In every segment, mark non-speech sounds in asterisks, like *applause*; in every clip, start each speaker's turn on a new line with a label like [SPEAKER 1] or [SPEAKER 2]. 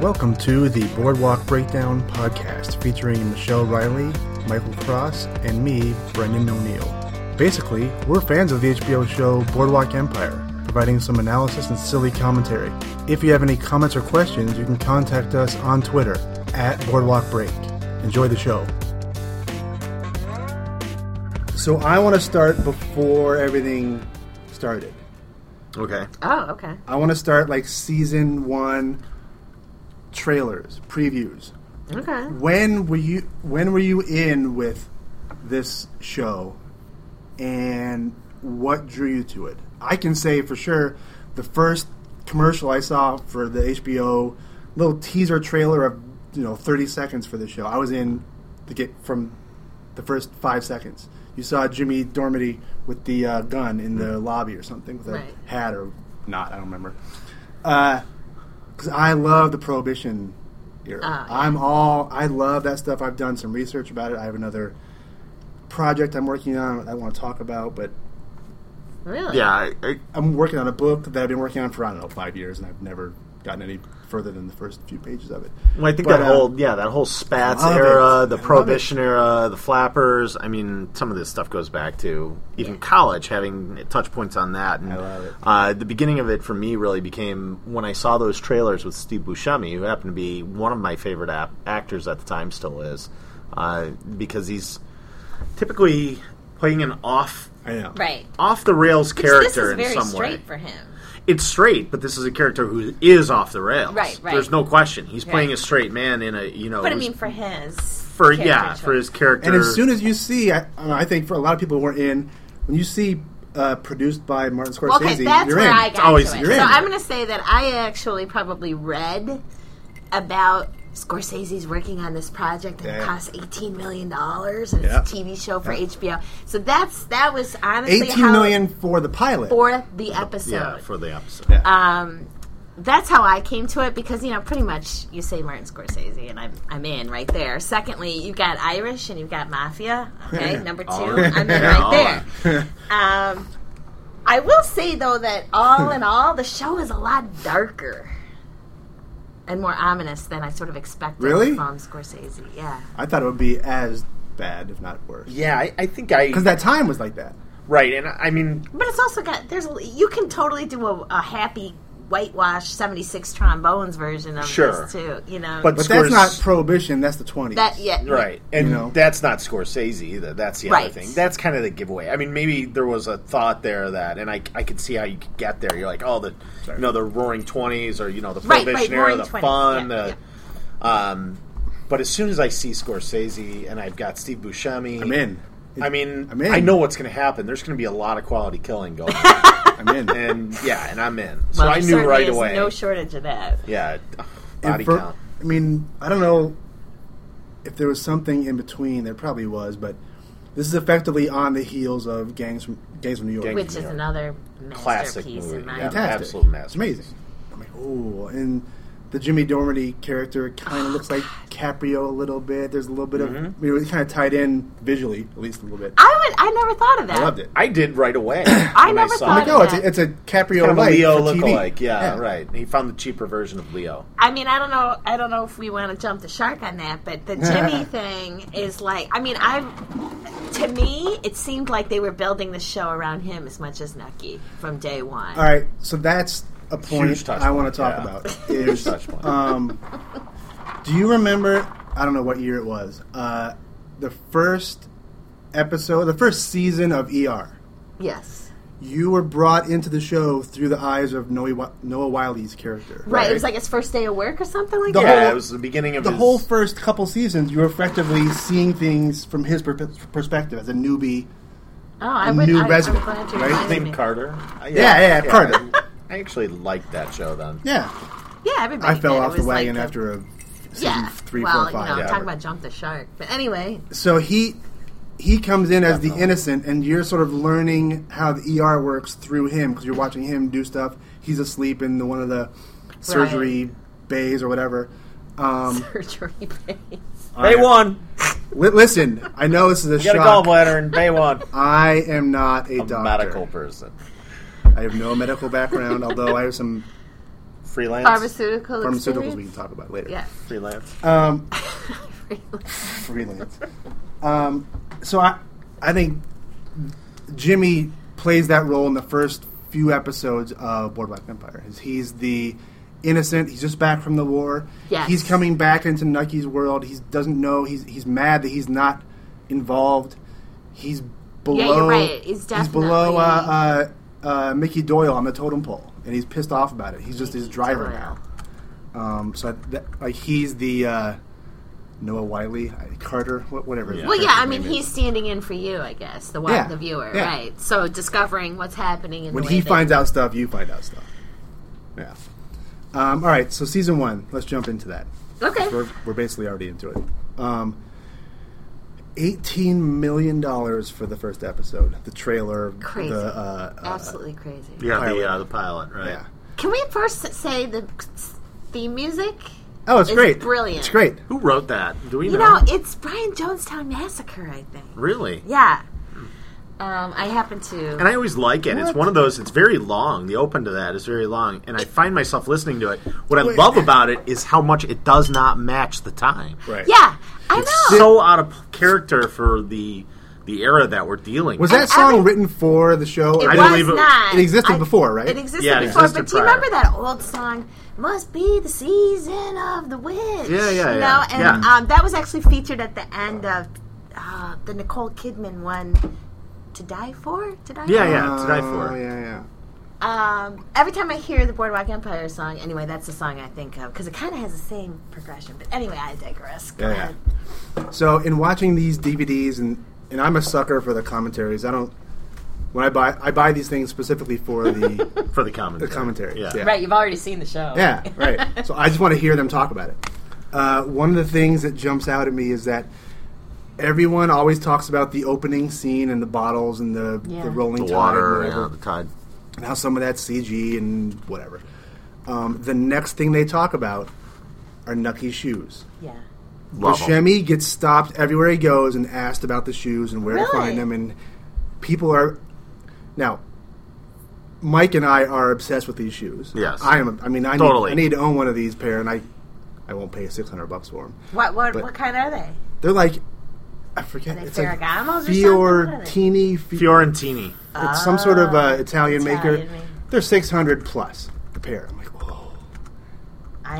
[SPEAKER 1] Welcome to the Boardwalk Breakdown podcast featuring Michelle Riley, Michael Cross, and me, Brendan O'Neill. Basically, we're fans of the HBO show Boardwalk Empire, providing some analysis and silly commentary. If you have any comments or questions, you can contact us on Twitter at Boardwalk Break. Enjoy the show. So I want to start before everything started.
[SPEAKER 2] Okay.
[SPEAKER 3] Oh, okay.
[SPEAKER 1] I want to start like season one trailers, previews.
[SPEAKER 3] Okay.
[SPEAKER 1] When were you when were you in with this show and what drew you to it? I can say for sure the first commercial I saw for the HBO little teaser trailer of you know 30 seconds for the show. I was in to get from the first 5 seconds. You saw Jimmy Dormady with the uh, gun in the lobby or something with a
[SPEAKER 3] Right.
[SPEAKER 1] hat or not, I don't remember. Uh 'cause I love the prohibition era.
[SPEAKER 3] Ah, yeah.
[SPEAKER 1] I'm all I love that stuff. I've done some research about it. I have another project I'm working on that I want to talk about, but
[SPEAKER 3] Really?
[SPEAKER 2] Yeah, I, I,
[SPEAKER 1] I'm working on a book that I've been working on for I don't know five years, and I've never gotten any further than the first few pages of it.
[SPEAKER 2] well, I think
[SPEAKER 1] But,
[SPEAKER 2] that
[SPEAKER 1] uh,
[SPEAKER 2] whole yeah that whole Spats
[SPEAKER 1] love
[SPEAKER 2] era,
[SPEAKER 1] it. I
[SPEAKER 2] the
[SPEAKER 1] love
[SPEAKER 2] Prohibition era, the Flappers. I mean, some of this stuff goes back to even college having touch points on that. And
[SPEAKER 1] I love it.
[SPEAKER 2] Uh, the beginning of it for me really became when I saw those trailers with Steve Buscemi, who happened to be one of my favorite ap- actors at the time, still is, uh, because he's typically playing an off
[SPEAKER 1] I know,
[SPEAKER 3] Right.
[SPEAKER 2] off the rails character
[SPEAKER 3] this is
[SPEAKER 2] in
[SPEAKER 3] very
[SPEAKER 2] some
[SPEAKER 3] straight
[SPEAKER 2] way.
[SPEAKER 3] for him.
[SPEAKER 2] it's straight, but this is a character who is off the rails.
[SPEAKER 3] Right, right.
[SPEAKER 2] There's no question. He's
[SPEAKER 3] Right.
[SPEAKER 2] playing a straight man in a you know.
[SPEAKER 3] But I
[SPEAKER 2] who's-
[SPEAKER 3] mean, for his
[SPEAKER 2] for
[SPEAKER 3] character
[SPEAKER 2] yeah, for his
[SPEAKER 3] choice.
[SPEAKER 2] character.
[SPEAKER 1] And as soon as you see, I, uh, I think for a lot of people who are in, when you see uh, produced by Martin Scorsese,
[SPEAKER 3] Okay, that's
[SPEAKER 1] you're
[SPEAKER 3] where
[SPEAKER 1] in.
[SPEAKER 3] I got
[SPEAKER 2] always-
[SPEAKER 3] to it.
[SPEAKER 2] you're
[SPEAKER 3] so
[SPEAKER 2] in.
[SPEAKER 3] I'm going to say that I actually probably read about Scorsese's working on this project and it
[SPEAKER 1] Yeah.
[SPEAKER 3] costs 18 million dollars and
[SPEAKER 1] Yeah.
[SPEAKER 3] it's a TV show for HBO. So that's that was honestly
[SPEAKER 1] Eighteen
[SPEAKER 3] how,
[SPEAKER 1] million for the pilot.
[SPEAKER 3] for the episode.
[SPEAKER 2] yeah, for the episode.
[SPEAKER 3] um, that's how I came to it because you know pretty much you say Martin Scorsese and I'm I'm in right there. Secondly, you've got Irish and you've got Mafia.
[SPEAKER 2] *laughs*
[SPEAKER 3] Okay, number two,
[SPEAKER 2] All right.
[SPEAKER 3] I'm in
[SPEAKER 2] Yeah, all
[SPEAKER 3] right there. Um, I will say though that all in all, the show is a lot darker and more ominous than I sort of expected
[SPEAKER 1] Really?
[SPEAKER 3] from Scorsese. Yeah,
[SPEAKER 1] *laughs* I thought it would be as bad, if not worse,
[SPEAKER 2] yeah, I, I think I
[SPEAKER 1] because that time was like that.
[SPEAKER 2] right, and I, I mean,
[SPEAKER 3] but it's also got there's a- you can totally do a, a happy whitewash '76 trombones version of
[SPEAKER 2] Sure.
[SPEAKER 3] this too. You know,
[SPEAKER 2] But
[SPEAKER 1] But that's
[SPEAKER 2] Scors-
[SPEAKER 1] not prohibition. That's the twenties.
[SPEAKER 3] that yeah
[SPEAKER 2] right, and
[SPEAKER 1] You know.
[SPEAKER 2] that's not Scorsese either. That's the
[SPEAKER 3] Right.
[SPEAKER 2] other thing. That's kind of the giveaway. I mean, maybe there was a thought there that, and I, I could see how you could get there. You're like, oh, the you know the Roaring Twenties, or you know the
[SPEAKER 3] Right, right,
[SPEAKER 2] Prohibition era,
[SPEAKER 3] Roaring
[SPEAKER 2] the
[SPEAKER 3] 20s,
[SPEAKER 2] fun,
[SPEAKER 3] yeah,
[SPEAKER 2] the. Um, but as soon as I see Scorsese and I've got Steve Buscemi,
[SPEAKER 1] I'm in.
[SPEAKER 2] I mean,
[SPEAKER 1] I'm in.
[SPEAKER 2] I know what's going to happen. There's going to be a lot of quality killing going on.
[SPEAKER 3] *laughs*
[SPEAKER 1] I'm in.
[SPEAKER 2] and yeah, and I'm in. So
[SPEAKER 3] Well,
[SPEAKER 2] I
[SPEAKER 3] there
[SPEAKER 2] knew
[SPEAKER 3] certainly
[SPEAKER 2] right
[SPEAKER 3] is
[SPEAKER 2] away.
[SPEAKER 3] No shortage of that.
[SPEAKER 2] yeah,
[SPEAKER 1] And
[SPEAKER 2] body
[SPEAKER 1] for-
[SPEAKER 2] count.
[SPEAKER 1] I mean, I don't know if there was something in between. There probably was, but this is effectively on the heels of Gangs from Gangs from New York.
[SPEAKER 2] Gangs-
[SPEAKER 3] Which is
[SPEAKER 2] Yeah.
[SPEAKER 3] another
[SPEAKER 2] Classic
[SPEAKER 3] masterpiece
[SPEAKER 2] movie,
[SPEAKER 3] in my
[SPEAKER 2] yeah.
[SPEAKER 3] opinion.
[SPEAKER 1] Fantastic.
[SPEAKER 2] Absolute
[SPEAKER 1] It's
[SPEAKER 2] masterpiece.
[SPEAKER 1] amazing. I'm like, oh, and the Jimmy Dormady character kind of looks
[SPEAKER 3] Oh,
[SPEAKER 1] like Caprio a little bit. There's a little bit of,
[SPEAKER 2] Mm-hmm.
[SPEAKER 1] I mean, it's kind of tied in visually, at least a little bit.
[SPEAKER 3] I would. I never thought of that.
[SPEAKER 1] I loved it.
[SPEAKER 2] I did right
[SPEAKER 3] *coughs*
[SPEAKER 2] away. I
[SPEAKER 3] never
[SPEAKER 2] saw
[SPEAKER 3] thought
[SPEAKER 2] it.
[SPEAKER 1] Like, oh, it's
[SPEAKER 3] Yeah.
[SPEAKER 1] a, it's a Caprio
[SPEAKER 2] Kind of a
[SPEAKER 1] light
[SPEAKER 2] Leo
[SPEAKER 1] for TV.
[SPEAKER 2] lookalike. Yeah, right. He found the cheaper version of Leo.
[SPEAKER 3] I mean, I don't know. I don't know if we want to jump the shark on that, but
[SPEAKER 1] *laughs*
[SPEAKER 3] the Jimmy thing is like. I mean, I. To me, it seemed like they were building the show around him as much as Nucky from day one.
[SPEAKER 1] All right, so that's a point
[SPEAKER 2] Huge touch
[SPEAKER 1] I want
[SPEAKER 2] point,
[SPEAKER 1] to talk
[SPEAKER 2] yeah.
[SPEAKER 1] about.
[SPEAKER 2] *laughs*
[SPEAKER 1] Is,
[SPEAKER 2] touch point.
[SPEAKER 1] Um, do you remember? I don't know what year it was. Uh, the first episode, the first season of ER.
[SPEAKER 3] Yes.
[SPEAKER 1] You were brought into the show through the eyes of Noah, Wi- Noah Wiley's character.
[SPEAKER 3] Right.
[SPEAKER 2] Right.
[SPEAKER 3] It was like his first day of work or something like
[SPEAKER 1] The
[SPEAKER 3] that.
[SPEAKER 2] yeah,
[SPEAKER 1] whole-
[SPEAKER 2] it was the beginning of
[SPEAKER 1] The
[SPEAKER 2] his-
[SPEAKER 1] whole first couple seasons, you were effectively seeing things from his per- perspective as a newbie.
[SPEAKER 3] oh, I would.
[SPEAKER 1] new
[SPEAKER 3] I,
[SPEAKER 1] resume,
[SPEAKER 3] I'm glad you
[SPEAKER 1] right?
[SPEAKER 3] reminded
[SPEAKER 2] Named
[SPEAKER 3] me.
[SPEAKER 2] Carter. Uh,
[SPEAKER 1] Yeah, yeah, Carter.
[SPEAKER 2] I actually liked that show then.
[SPEAKER 1] Yeah,
[SPEAKER 3] Yeah, everybody.
[SPEAKER 1] I fell
[SPEAKER 3] did. It
[SPEAKER 1] off the
[SPEAKER 3] was like
[SPEAKER 1] wagon
[SPEAKER 3] the-
[SPEAKER 1] after a season
[SPEAKER 3] Yeah.
[SPEAKER 1] three,
[SPEAKER 3] well,
[SPEAKER 1] four, five.
[SPEAKER 3] you know,
[SPEAKER 2] yeah.
[SPEAKER 3] talking about jump the shark. But anyway, *laughs*
[SPEAKER 1] so he he comes in as the
[SPEAKER 2] Definitely.
[SPEAKER 1] innocent, and you're sort of learning how the ER works through him because you're watching him do stuff. He's asleep in the, one of the surgery bays or whatever. Um,
[SPEAKER 3] surgery base.
[SPEAKER 2] Bay one.
[SPEAKER 1] li- listen, I know this is a
[SPEAKER 2] You got
[SPEAKER 1] shock.
[SPEAKER 2] a gallbladder in
[SPEAKER 1] *laughs*
[SPEAKER 2] Bay one.
[SPEAKER 1] I am not a
[SPEAKER 2] A
[SPEAKER 1] doctor.
[SPEAKER 2] medical person.
[SPEAKER 1] I have no medical background, although I have some
[SPEAKER 2] Freelance.
[SPEAKER 3] Pharmaceutical
[SPEAKER 1] Pharmaceuticals we
[SPEAKER 3] experience?
[SPEAKER 1] can talk about later.
[SPEAKER 3] Yeah.
[SPEAKER 2] Freelance.
[SPEAKER 1] Um,
[SPEAKER 3] *laughs*
[SPEAKER 1] freelance. Um, so I, I think Jimmy plays that role in the first few episodes of Boardwalk Empire. He's the innocent. He's just back from the war.
[SPEAKER 3] Yes.
[SPEAKER 1] He's coming back into Nucky's world. He doesn't know. He's he's mad that he's not involved. He's below.
[SPEAKER 3] you're right. He's
[SPEAKER 1] below uh,
[SPEAKER 3] definitely-
[SPEAKER 1] uh, uh, Mickey Doyle on the totem pole, and he's pissed off about it. He's just his
[SPEAKER 3] Mickey
[SPEAKER 1] driver
[SPEAKER 3] Doyle.
[SPEAKER 1] now. Um, so that, like he's the uh, Noah Wiley I- Carter, wha- whatever. his
[SPEAKER 2] Yeah.
[SPEAKER 3] Well,
[SPEAKER 1] character's
[SPEAKER 3] yeah, I mean,
[SPEAKER 1] name is.
[SPEAKER 3] he's standing in for you, I guess, the wa-
[SPEAKER 1] Yeah,
[SPEAKER 3] the viewer,
[SPEAKER 1] yeah.
[SPEAKER 3] right? So discovering what's happening in
[SPEAKER 1] when
[SPEAKER 3] the way
[SPEAKER 1] he
[SPEAKER 3] that-
[SPEAKER 1] finds out stuff, you find out stuff. Yeah. Um, all right, so season one. Let's jump into that.
[SPEAKER 3] Okay,
[SPEAKER 1] We're, we're basically already into it. Um, Eighteen million dollars for the first episode. The trailer.
[SPEAKER 3] Crazy.
[SPEAKER 1] The, uh, uh,
[SPEAKER 3] absolutely crazy.
[SPEAKER 2] Yeah,
[SPEAKER 1] Pilot.
[SPEAKER 2] the uh, the pilot, right?
[SPEAKER 1] yeah.
[SPEAKER 3] Can we first say the theme music?
[SPEAKER 1] Oh, it's,
[SPEAKER 3] It's
[SPEAKER 1] great.
[SPEAKER 3] brilliant.
[SPEAKER 1] It's great.
[SPEAKER 2] Who wrote that? Do we
[SPEAKER 3] You
[SPEAKER 2] know?
[SPEAKER 3] know, it's Brian Jonestown Massacre, I think.
[SPEAKER 2] really?
[SPEAKER 3] Yeah.
[SPEAKER 1] Hmm.
[SPEAKER 3] Um, I happen to.
[SPEAKER 2] And I always like it. It's
[SPEAKER 1] What?
[SPEAKER 2] one of those. It's very long. The open to that is very long, and I find myself listening to it. What I
[SPEAKER 1] Wait.
[SPEAKER 2] love about it is how much it does not match the time.
[SPEAKER 1] Right.
[SPEAKER 3] yeah, I know.
[SPEAKER 2] So out of character for the the era that we're dealing.
[SPEAKER 1] Was
[SPEAKER 2] with.
[SPEAKER 1] that song
[SPEAKER 3] every-
[SPEAKER 1] written for the show?
[SPEAKER 3] It
[SPEAKER 1] or
[SPEAKER 2] I
[SPEAKER 3] was
[SPEAKER 1] did-
[SPEAKER 2] believe it-
[SPEAKER 3] not.
[SPEAKER 1] it existed
[SPEAKER 3] I-
[SPEAKER 1] before, right?
[SPEAKER 3] It existed
[SPEAKER 2] Yeah, it
[SPEAKER 3] before,
[SPEAKER 2] existed
[SPEAKER 3] but do you
[SPEAKER 2] prior.
[SPEAKER 3] remember that old song? Must be the season of the witch.
[SPEAKER 2] Yeah, yeah,
[SPEAKER 3] You
[SPEAKER 2] yeah.
[SPEAKER 3] know, and
[SPEAKER 2] Yeah.
[SPEAKER 3] Um, that was actually featured at the end of uh, the Nicole Kidman one, "To Die For." To die
[SPEAKER 2] Yeah,
[SPEAKER 3] for?
[SPEAKER 2] yeah. To die for.
[SPEAKER 1] Oh, yeah, yeah.
[SPEAKER 3] Um, every time I hear the Boardwalk Empire song, anyway, that's the song I think of because it kind of has the same progression. But anyway, I digress. Go
[SPEAKER 1] Yeah,
[SPEAKER 3] ahead.
[SPEAKER 1] So in watching these DVDs, and and I'm a sucker for the commentaries. I don't when I buy I buy these things specifically for the
[SPEAKER 2] *laughs* for the commentary?
[SPEAKER 1] The commentary,
[SPEAKER 2] Yeah.
[SPEAKER 1] yeah.
[SPEAKER 3] Right, you've already seen the show.
[SPEAKER 1] yeah right. So I just want to hear them talk about it. Uh, one of the things that jumps out at me is that everyone always talks about the opening scene and the bottles and the,
[SPEAKER 3] Yeah.
[SPEAKER 1] the rolling tide
[SPEAKER 2] The
[SPEAKER 1] and
[SPEAKER 2] water,
[SPEAKER 1] whatever.
[SPEAKER 2] yeah, the tide.
[SPEAKER 1] and how some of that's CG and whatever. Um, the next thing they talk about are Nucky's shoes.
[SPEAKER 3] Yeah.
[SPEAKER 2] Love 'em.
[SPEAKER 1] Buscemi gets stopped everywhere he goes and asked about the shoes and where
[SPEAKER 3] Really?
[SPEAKER 1] to find them, and people are now. Mike and I are obsessed with these shoes.
[SPEAKER 2] Yes.
[SPEAKER 1] I am. I mean, I
[SPEAKER 2] Totally.
[SPEAKER 1] need, I need to own one of these pair, and I, I won't pay six hundred bucks for them.
[SPEAKER 3] What what
[SPEAKER 1] But-
[SPEAKER 3] what kind are they?
[SPEAKER 1] They're like, I forget.
[SPEAKER 3] Are they
[SPEAKER 1] it's like
[SPEAKER 3] Ferragamo's or something?
[SPEAKER 1] Fiorentini. Fi-
[SPEAKER 2] Fiorentini.
[SPEAKER 1] it's some sort of uh, Italian, maker.
[SPEAKER 3] Oh, Italian maker.
[SPEAKER 1] They're six hundred plus the pair. I'm like, whoa.
[SPEAKER 2] Uh,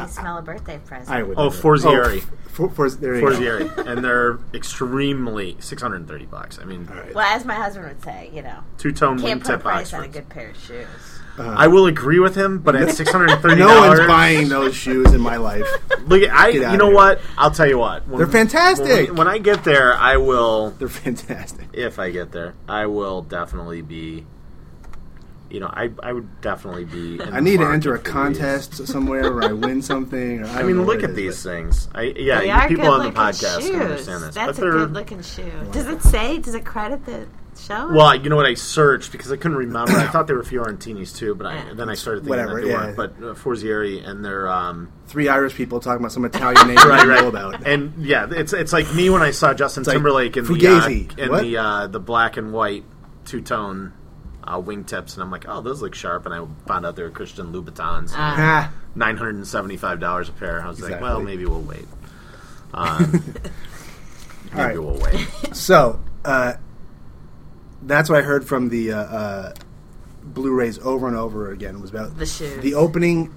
[SPEAKER 3] I smell a birthday present.
[SPEAKER 1] I would.
[SPEAKER 2] Oh,
[SPEAKER 1] never-
[SPEAKER 2] Forzieri.
[SPEAKER 1] f- for, for, there you go.
[SPEAKER 2] Forzieri, and they're extremely 630 bucks. I mean,
[SPEAKER 1] All right.
[SPEAKER 3] well, as my husband would say, you know,
[SPEAKER 2] two tone
[SPEAKER 3] can't put a
[SPEAKER 2] wingtip
[SPEAKER 3] price on a
[SPEAKER 2] Oxfords.
[SPEAKER 3] good pair of shoes.
[SPEAKER 2] I will agree with him, but at 630
[SPEAKER 1] Uh-huh. *laughs* No one's buying those shoes in my life.
[SPEAKER 2] Look, I.
[SPEAKER 1] out
[SPEAKER 2] You
[SPEAKER 1] of
[SPEAKER 2] know
[SPEAKER 1] here.
[SPEAKER 2] what? I'll tell you what. When-
[SPEAKER 1] They're fantastic.
[SPEAKER 2] When, when I get there, I will.
[SPEAKER 1] They're fantastic.
[SPEAKER 2] If I get there, I will definitely be. You know, I I would definitely be. in
[SPEAKER 1] I need
[SPEAKER 2] the
[SPEAKER 1] to enter a
[SPEAKER 2] market for these.
[SPEAKER 1] contest somewhere where I win something. Or I,
[SPEAKER 2] I
[SPEAKER 1] don't
[SPEAKER 2] mean,
[SPEAKER 1] know what
[SPEAKER 2] look
[SPEAKER 1] it
[SPEAKER 2] at
[SPEAKER 1] is,
[SPEAKER 2] these things. I yeah,
[SPEAKER 3] They
[SPEAKER 2] you
[SPEAKER 3] are
[SPEAKER 2] people
[SPEAKER 3] good
[SPEAKER 2] on the
[SPEAKER 3] looking
[SPEAKER 2] podcast
[SPEAKER 3] shoes.
[SPEAKER 2] can understand this.
[SPEAKER 3] That's
[SPEAKER 2] but
[SPEAKER 3] a
[SPEAKER 2] they're-
[SPEAKER 3] good looking shoe. Does it say? Does it credit the show?
[SPEAKER 2] Well, you know what? I searched because I couldn't remember.
[SPEAKER 3] *coughs*
[SPEAKER 2] I thought they were Fiorentinis too, but I,
[SPEAKER 3] Yeah.
[SPEAKER 2] then I started thinking
[SPEAKER 1] Whatever,
[SPEAKER 2] that they
[SPEAKER 1] yeah.
[SPEAKER 2] weren't. But uh, Forzieri and their
[SPEAKER 1] *laughs*
[SPEAKER 2] um,
[SPEAKER 1] but Three Irish people talking about some Italian name I
[SPEAKER 2] *laughs* right,
[SPEAKER 1] don't
[SPEAKER 2] right,
[SPEAKER 1] know about.
[SPEAKER 2] and yeah, it's it's like me when I saw Justin
[SPEAKER 1] like
[SPEAKER 2] Timberlake in
[SPEAKER 1] Fugazi.
[SPEAKER 2] the uh,
[SPEAKER 1] What?
[SPEAKER 2] in the uh, the black and white two tone uh, wingtips, and I'm like, oh, those look sharp, and I found out they were Christian Louboutins,
[SPEAKER 3] Ah.
[SPEAKER 1] Ah,
[SPEAKER 2] nine hundred and seventy five dollars a pair. I was like,
[SPEAKER 1] Exactly.
[SPEAKER 2] well, maybe
[SPEAKER 1] *laughs*
[SPEAKER 2] we'll wait.
[SPEAKER 3] *laughs*
[SPEAKER 2] Um, maybe
[SPEAKER 1] All right.
[SPEAKER 2] we'll wait.
[SPEAKER 1] so uh, that's what I heard from the uh, uh, Blu-rays over and over again was about
[SPEAKER 3] The shoes.
[SPEAKER 1] the opening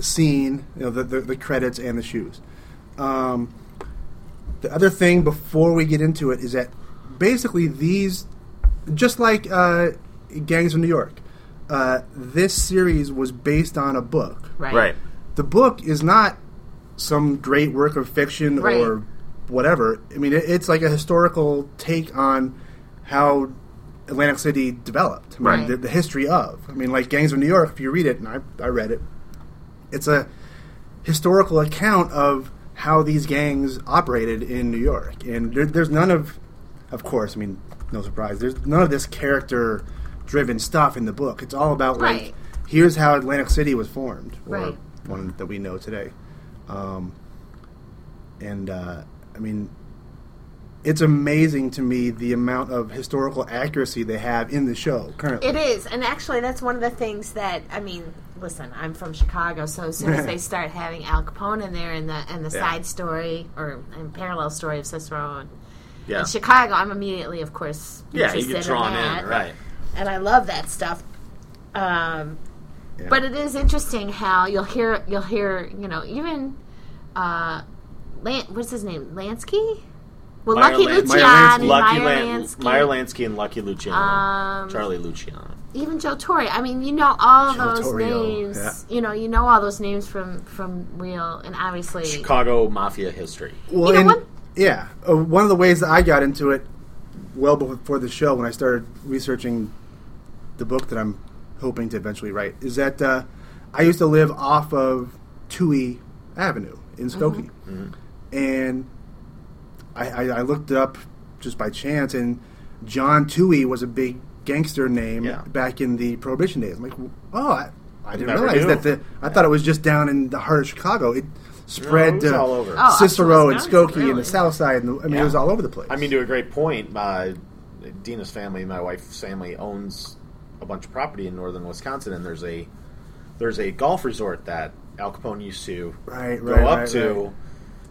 [SPEAKER 1] scene, you know, the, the, the credits and the shoes. Um, the other thing before we get into it is that basically these, just like uh, Gangs of New York, uh, this series was based on a book.
[SPEAKER 3] right.
[SPEAKER 2] Right.
[SPEAKER 1] The book is not some great work of fiction
[SPEAKER 3] Right.
[SPEAKER 1] or whatever. I mean, it, it's like a historical take on how Atlantic City developed, I mean,
[SPEAKER 2] Right.
[SPEAKER 1] The, the history of. I mean, like Gangs of New York. If you read it, and I, I read it, it's a historical account of how these gangs operated in New York. And there, there's none of, of course, I mean, no surprise, there's none of this character driven stuff in the book. It's all about,
[SPEAKER 3] Right.
[SPEAKER 1] like, here's how Atlantic City was formed, or
[SPEAKER 3] Right.
[SPEAKER 1] one that we know today. Um, and, uh, I mean, it's amazing to me the amount of historical accuracy they have in the show currently.
[SPEAKER 3] It is, and actually, that's one of the things that I mean. Listen, I'm from Chicago, so as soon as
[SPEAKER 2] *laughs*
[SPEAKER 3] they start having Al Capone in there and the and the
[SPEAKER 2] Yeah.
[SPEAKER 3] side story or and parallel story of Cicero and,
[SPEAKER 2] Yeah.
[SPEAKER 3] and Chicago, I'm immediately, of course,
[SPEAKER 2] Yeah, you
[SPEAKER 3] interested
[SPEAKER 2] get drawn
[SPEAKER 3] that.
[SPEAKER 2] in, right?
[SPEAKER 3] And I love that stuff. Um,
[SPEAKER 1] Yeah.
[SPEAKER 3] But it is interesting how you'll hear you'll hear you know even uh, Lan- what's his name Lansky, well
[SPEAKER 2] Meyer
[SPEAKER 3] Lucky
[SPEAKER 2] Lan-
[SPEAKER 3] Luciani,
[SPEAKER 2] Meyer
[SPEAKER 1] Lansky.
[SPEAKER 2] Lucky
[SPEAKER 3] Meyer
[SPEAKER 2] Lan-
[SPEAKER 3] Lansky.
[SPEAKER 2] Meyer Lansky and Lucky Luciano,
[SPEAKER 3] Um,
[SPEAKER 2] Charlie Luciano.
[SPEAKER 3] even Joe Torre. I mean, you know all
[SPEAKER 1] Joe
[SPEAKER 3] those
[SPEAKER 1] Torrio,
[SPEAKER 3] names.
[SPEAKER 1] yeah.
[SPEAKER 3] You know, you know all those names from from real and obviously.
[SPEAKER 2] Chicago mafia history.
[SPEAKER 1] Well,
[SPEAKER 3] You know
[SPEAKER 1] and-
[SPEAKER 3] what?
[SPEAKER 1] yeah, uh, one of the ways that I got into it well before the show, when I started researching the book that I'm hoping to eventually write, is that uh, I used to live off of Tui Avenue in
[SPEAKER 3] Mm-hmm.
[SPEAKER 1] Skokie,
[SPEAKER 2] Mm-hmm.
[SPEAKER 1] and I, I, I looked it up just by chance, and John Tui was a big gangster name
[SPEAKER 2] Yeah.
[SPEAKER 1] back in the Prohibition days. I'm like, oh, I, I didn't
[SPEAKER 2] Never
[SPEAKER 1] realize
[SPEAKER 2] knew.
[SPEAKER 1] that. The, I thought it was just down in the heart of Chicago. It spread
[SPEAKER 2] No, it was
[SPEAKER 1] to
[SPEAKER 2] all over.
[SPEAKER 3] Oh,
[SPEAKER 1] uh, Cicero and
[SPEAKER 3] Wisconsin,
[SPEAKER 1] Skokie and
[SPEAKER 3] really.
[SPEAKER 1] the South Side. And the, I mean,
[SPEAKER 2] Yeah.
[SPEAKER 1] it was all over the place.
[SPEAKER 2] I mean, to a great point, uh, Dina's family, my wife's family, owns a bunch of property in northern Wisconsin, and there's a there's a golf resort that Al Capone used to
[SPEAKER 1] Right,
[SPEAKER 2] go
[SPEAKER 1] right,
[SPEAKER 2] up
[SPEAKER 1] right,
[SPEAKER 2] to
[SPEAKER 1] right.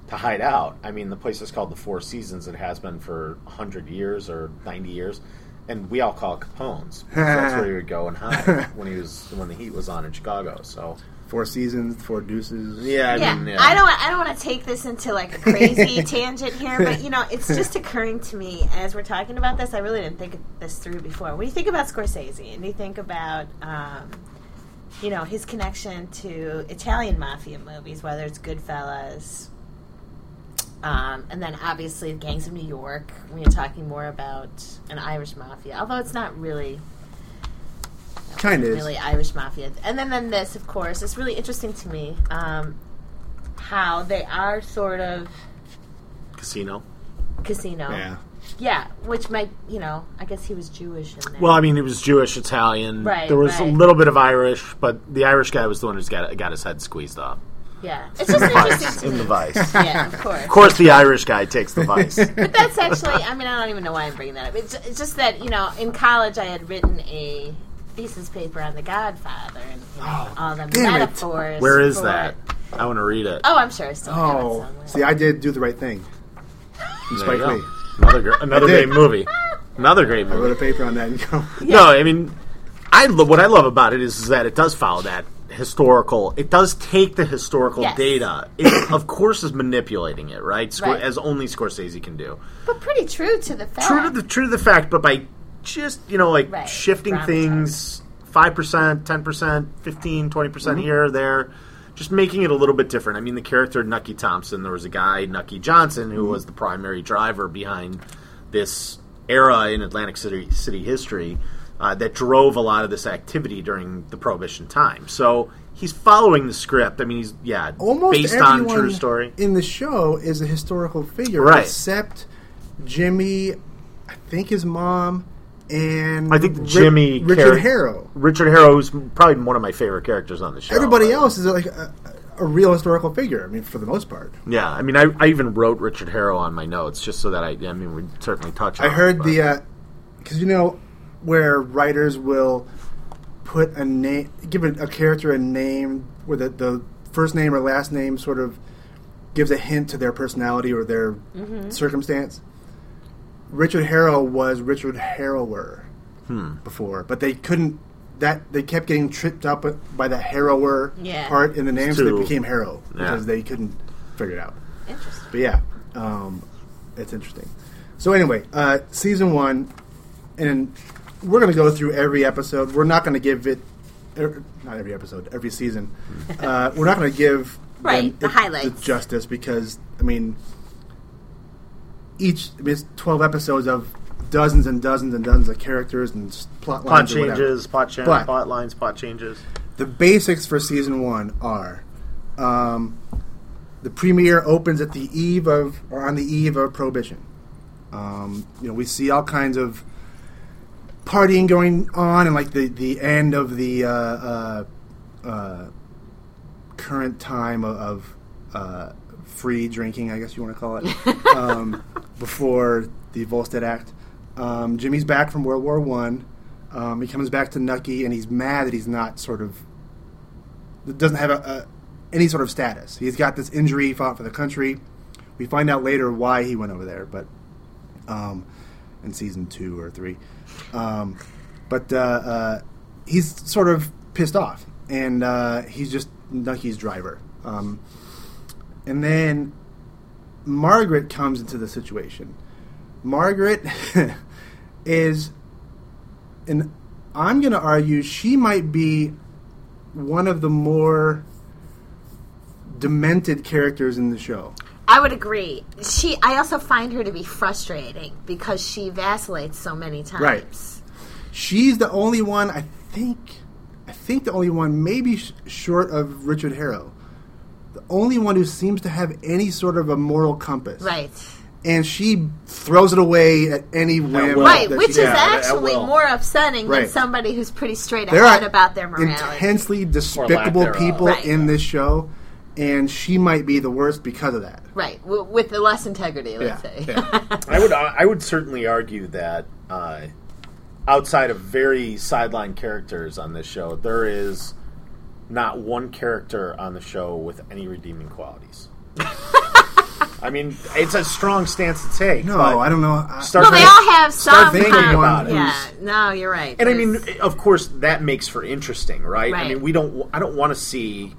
[SPEAKER 2] to hide out. I mean, the place is called the Four Seasons. It has been for hundred years or ninety years, and we all call it Capone's. because that's where he would go and
[SPEAKER 1] *laughs*
[SPEAKER 2] hide when he was when the heat was on in Chicago. So
[SPEAKER 1] four seasons, four deuces.
[SPEAKER 2] yeah, I
[SPEAKER 3] yeah,
[SPEAKER 2] mean, uh,
[SPEAKER 3] I don't. I don't want to take this into like a crazy tangent here, but you know, it's just occurring to me as we're talking about this. I really didn't think this through before. When you think about Scorsese and you think about, um, you know, his connection to Italian mafia movies, whether it's Goodfellas, um, and then obviously Gangs of New York. When you're talking more about an Irish mafia, although it's not really
[SPEAKER 1] kind of.
[SPEAKER 3] really Irish mafia. And then then this, of course, it's really interesting to me um, how they are sort of
[SPEAKER 2] casino.
[SPEAKER 3] casino.
[SPEAKER 1] Yeah.
[SPEAKER 3] Yeah, which might you know, I guess he was Jewish in there.
[SPEAKER 2] Well, I mean, it was Jewish, Italian.
[SPEAKER 3] Right,
[SPEAKER 2] there was
[SPEAKER 3] right.
[SPEAKER 2] a little bit of Irish, but the Irish guy was the one who's got got his head squeezed off.
[SPEAKER 3] yeah, it's just interesting to
[SPEAKER 2] in
[SPEAKER 3] me.
[SPEAKER 2] the vice. *laughs* of
[SPEAKER 3] Yeah, of course.
[SPEAKER 2] course, the Irish guy takes the vice.
[SPEAKER 3] But that's actually, I mean, I don't even know why I'm bringing that up. It's, it's just that, you know, in college I had written a thesis paper on The Godfather and you know, all the
[SPEAKER 1] damn it.
[SPEAKER 3] metaphors.
[SPEAKER 2] Where is
[SPEAKER 3] for-
[SPEAKER 2] that? I want to read it.
[SPEAKER 3] Oh, I'm sure I still have it
[SPEAKER 1] Oh,
[SPEAKER 3] somewhere.
[SPEAKER 1] see, I did do the right thing.
[SPEAKER 2] There you
[SPEAKER 1] Spike
[SPEAKER 2] go.
[SPEAKER 1] Lee.
[SPEAKER 2] Another gr- another
[SPEAKER 1] did.
[SPEAKER 2] great movie. Another great
[SPEAKER 1] I wrote
[SPEAKER 2] movie.
[SPEAKER 1] a paper on that. And go, *laughs*
[SPEAKER 2] No, I mean, I lo- what I love about it is, is that it does follow that historical. It does take the historical
[SPEAKER 3] Yes.
[SPEAKER 2] data. It, of course, is manipulating it, right? Scor-
[SPEAKER 3] Right.
[SPEAKER 2] As only Scorsese can do.
[SPEAKER 3] but pretty true to the fact.
[SPEAKER 2] true to the true to the fact, but by just you know like
[SPEAKER 3] Right,
[SPEAKER 2] shifting
[SPEAKER 3] dramatized.
[SPEAKER 2] things five percent, ten percent, 15 20 percent here there, just making it a little bit different. I mean, the character Nucky Thompson, there was a guy Nucky Johnson who was the primary driver behind this era in Atlantic City city history uh, that drove a lot of this activity during the Prohibition time. So. He's following the script. I mean, he's yeah,
[SPEAKER 1] almost
[SPEAKER 2] based on
[SPEAKER 1] everyone
[SPEAKER 2] true story.
[SPEAKER 1] in the show is a historical figure,
[SPEAKER 2] Right.
[SPEAKER 1] Except Jimmy, I think his mom, and
[SPEAKER 2] I think
[SPEAKER 1] Ri-
[SPEAKER 2] Jimmy
[SPEAKER 1] Richard
[SPEAKER 2] Carr-
[SPEAKER 1] Harrow.
[SPEAKER 2] Richard Harrow is probably one of my favorite characters on the show.
[SPEAKER 1] Everybody
[SPEAKER 2] but-
[SPEAKER 1] else is like a, a real historical figure. I mean, for the most part.
[SPEAKER 2] Yeah, I mean, I, I even wrote Richard Harrow on my notes just so that I, I mean, we'd certainly touch on
[SPEAKER 1] I
[SPEAKER 2] it,
[SPEAKER 1] heard
[SPEAKER 2] but-
[SPEAKER 1] the uh, because you know where writers will put a name, give a, a character a name where the, the first name or last name sort of gives a hint to their personality or their circumstance. Richard Harrow was Richard Harrower
[SPEAKER 2] Hmm.
[SPEAKER 1] before, but they couldn't. That they kept getting tripped up by the Harrower
[SPEAKER 3] Yeah.
[SPEAKER 1] part in the name, so
[SPEAKER 2] Too-
[SPEAKER 1] they became Harrow
[SPEAKER 2] Yeah.
[SPEAKER 1] because they couldn't figure it out.
[SPEAKER 3] Interesting.
[SPEAKER 1] But yeah, um, it's interesting. So anyway, uh, season one, and we're gonna go through every episode. We're not gonna give it, er, not every episode, every
[SPEAKER 3] *laughs*
[SPEAKER 1] season. Uh, we're not gonna give them
[SPEAKER 3] Right, the
[SPEAKER 1] it-
[SPEAKER 3] highlights.
[SPEAKER 1] justice because I mean, each I mean, it's twelve episodes of dozens and dozens and dozens of characters and s- plot
[SPEAKER 2] plot
[SPEAKER 1] lines. or whatever.
[SPEAKER 2] changes, plot, cha-
[SPEAKER 1] But-
[SPEAKER 2] plot lines, plot changes.
[SPEAKER 1] The basics for season one are um, the premiere opens at the eve of, or on the eve of Prohibition. Um, you know, we see all kinds of partying going on, and like the, the end of the uh, uh, uh, current time of, of uh, free drinking, I guess you want to call it. um, before the Volstead Act. Um, Jimmy's back from World War One. Um, he comes back to Nucky, and he's mad that he's not sort of doesn't have a, a, any sort of status. He's got this injury, he fought for the country. We find out later why he went over there, but um, in season two or three. Um, but uh, uh, he's sort of pissed off, and uh, he's just Nucky's driver. Um, and then Margaret comes into the situation. Margaret *laughs* is, and I'm going to argue she might be one of the more demented characters in the show.
[SPEAKER 3] I would agree. She. I also find her to be frustrating because she vacillates so many times.
[SPEAKER 1] Right. She's the only one I think. I think the only one, maybe sh- short of Richard Harrow, the only one who seems to have any sort of a moral compass.
[SPEAKER 3] Right.
[SPEAKER 1] And she throws it away at any whim.
[SPEAKER 2] will.
[SPEAKER 3] Right,
[SPEAKER 1] Oh, that
[SPEAKER 3] which
[SPEAKER 1] she
[SPEAKER 3] is
[SPEAKER 1] can.
[SPEAKER 2] that-
[SPEAKER 3] actually
[SPEAKER 2] will.
[SPEAKER 3] more upsetting
[SPEAKER 1] Right.
[SPEAKER 3] than somebody who's pretty straight
[SPEAKER 1] There
[SPEAKER 3] ahead
[SPEAKER 1] are
[SPEAKER 3] about their morality.
[SPEAKER 1] intensely despicable
[SPEAKER 2] thereof.
[SPEAKER 1] people
[SPEAKER 3] Right.
[SPEAKER 1] in this show, and she might be the worst because of that.
[SPEAKER 3] Right, w- with the less integrity, let's
[SPEAKER 1] Yeah,
[SPEAKER 3] say.
[SPEAKER 1] yeah.
[SPEAKER 2] I would I would certainly argue that uh, outside of very sideline characters on this show, there is not one character on the show with any redeeming *laughs* qualities. I mean, it's a strong stance to take.
[SPEAKER 1] No,
[SPEAKER 2] but-
[SPEAKER 1] I don't know. I,
[SPEAKER 2] Start-
[SPEAKER 3] *laughs* well, they all have
[SPEAKER 1] Start
[SPEAKER 3] some.
[SPEAKER 1] thinking
[SPEAKER 3] kind-
[SPEAKER 1] about it.
[SPEAKER 3] yeah, no, you're right.
[SPEAKER 2] And I mean,
[SPEAKER 3] There's-
[SPEAKER 2] of course, that makes for interesting, right? I
[SPEAKER 3] Right.
[SPEAKER 2] mean, we don't. I don't want to see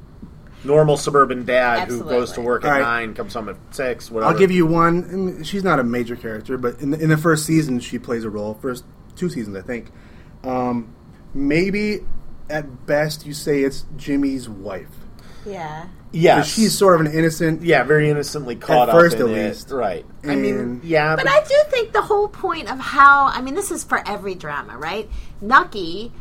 [SPEAKER 2] normal suburban dad who goes to
[SPEAKER 3] Absolutely.
[SPEAKER 2] work at
[SPEAKER 1] All right.
[SPEAKER 2] nine, comes home at six. Whatever.
[SPEAKER 1] I'll give you one. I mean, she's not a major character, but in the, in the first season, she plays a role. First two seasons, I think. Um, maybe at best, you say it's Jimmy's wife.
[SPEAKER 3] yeah.
[SPEAKER 2] Yeah,
[SPEAKER 1] 'Cause She's sort of an innocent.
[SPEAKER 2] yeah, very innocently caught up
[SPEAKER 1] first,
[SPEAKER 2] in
[SPEAKER 1] at
[SPEAKER 2] it.
[SPEAKER 1] least.
[SPEAKER 2] Right. I
[SPEAKER 1] And-
[SPEAKER 2] mean, yeah,
[SPEAKER 3] But I do think the whole point of how I mean, this is for every drama, right? Nucky,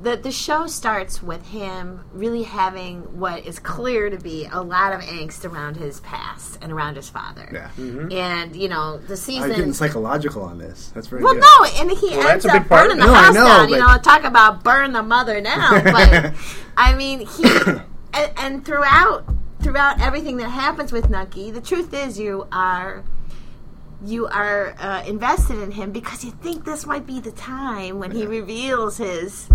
[SPEAKER 3] the the show starts with him really having what is clear to be a lot of angst around his past and around his father.
[SPEAKER 1] Yeah.
[SPEAKER 3] And you know the
[SPEAKER 1] I'm getting
[SPEAKER 3] season.
[SPEAKER 1] psychological on this. That's very
[SPEAKER 3] Well,
[SPEAKER 1] good.
[SPEAKER 3] no, and he
[SPEAKER 2] Well,
[SPEAKER 3] ends
[SPEAKER 2] that's a big
[SPEAKER 3] up
[SPEAKER 2] part
[SPEAKER 3] burning
[SPEAKER 2] of
[SPEAKER 3] the
[SPEAKER 1] it. No, I
[SPEAKER 3] house
[SPEAKER 1] know,
[SPEAKER 3] down. You
[SPEAKER 1] but-
[SPEAKER 3] know, talk about burn the mother
[SPEAKER 2] *laughs*
[SPEAKER 3] now. But I mean, he *coughs* and, and throughout throughout everything that happens with Nucky, the truth is you are you are uh, invested in him because you think this might be the time when he reveals his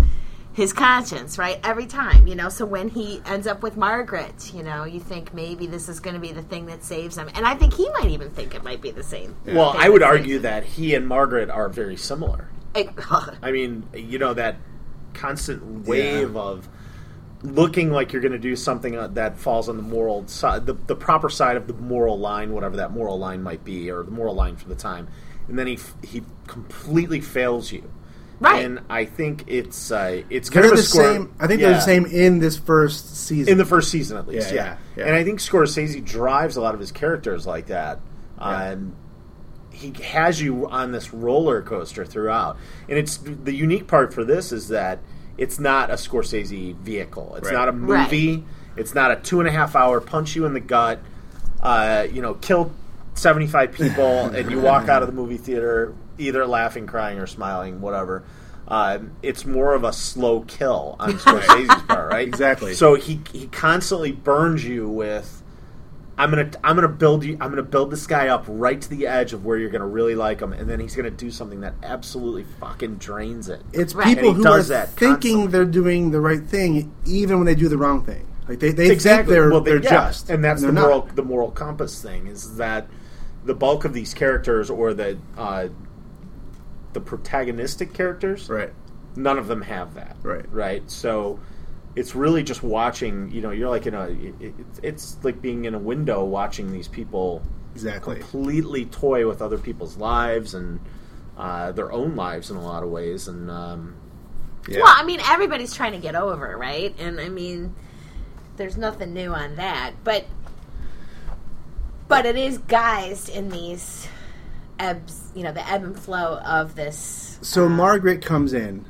[SPEAKER 3] his conscience, right? Every time, you know. So when he ends up with Margaret, you know, you think maybe this is going to be the thing that saves him, and I think he might even think it might be the same.
[SPEAKER 2] well,
[SPEAKER 3] thing
[SPEAKER 2] I would
[SPEAKER 3] that saves
[SPEAKER 2] argue that he and Margaret are very similar.
[SPEAKER 3] *laughs* him.
[SPEAKER 2] I mean, you know, that constant wave of looking like you're going to do something uh, that falls on the moral side, the, the proper side of the moral line, whatever that moral line might be, or the moral line for the time, and then he f- he completely fails you.
[SPEAKER 3] Right.
[SPEAKER 2] And I think it's uh, it's kind
[SPEAKER 1] They're
[SPEAKER 2] of
[SPEAKER 1] the
[SPEAKER 2] a score.
[SPEAKER 1] same. I think they're
[SPEAKER 2] Yeah.
[SPEAKER 1] the same in this first season.
[SPEAKER 2] in the first season at least.
[SPEAKER 1] Yeah,
[SPEAKER 2] Yeah,
[SPEAKER 1] yeah, yeah.
[SPEAKER 2] And I think Scorsese drives a lot of his characters like that. Um, he has you on this roller coaster throughout, and it's the unique part for this is that it's not a Scorsese vehicle. It's
[SPEAKER 1] Right.
[SPEAKER 2] not a
[SPEAKER 3] Right.
[SPEAKER 2] movie. It's not a two and a half hour punch you in the gut. Uh, you know, kill seventy five
[SPEAKER 1] *laughs*
[SPEAKER 2] people, and you walk out of the movie theater either laughing, crying, or smiling, whatever. Um, it's more of a slow kill
[SPEAKER 1] *laughs*
[SPEAKER 2] on Scorsese's part, right?
[SPEAKER 1] Exactly.
[SPEAKER 2] So he he constantly burns you with I'm gonna I'm gonna build you I'm gonna build this guy up right to the edge of where you're gonna really like him, and then he's gonna do something that absolutely fucking drains it.
[SPEAKER 1] It's
[SPEAKER 3] Right.
[SPEAKER 1] people
[SPEAKER 2] And
[SPEAKER 1] who
[SPEAKER 2] he
[SPEAKER 1] are
[SPEAKER 2] does that
[SPEAKER 1] thinking
[SPEAKER 2] constantly.
[SPEAKER 1] they're doing the right thing, even when they do the wrong thing. Like they, they think they're
[SPEAKER 2] Well,
[SPEAKER 1] they, are
[SPEAKER 2] yeah.
[SPEAKER 1] just,
[SPEAKER 2] and that's
[SPEAKER 1] they're
[SPEAKER 2] the
[SPEAKER 1] not.
[SPEAKER 2] moral the moral compass thing is that the bulk of these characters or the uh, the protagonistic characters,
[SPEAKER 1] right?
[SPEAKER 2] none of them have that
[SPEAKER 1] Right.
[SPEAKER 2] right so it's really just watching you know you're like in a it, it, it's like being in a window watching these people
[SPEAKER 1] Exactly.
[SPEAKER 2] completely toy with other people's lives and uh, their own lives in a lot of ways and um, yeah
[SPEAKER 3] Well, I mean, everybody's trying to get over, right? And I mean, there's nothing new on that, but but it is guised in these ebbs, you know, the ebb and flow of this.
[SPEAKER 1] So Margaret comes in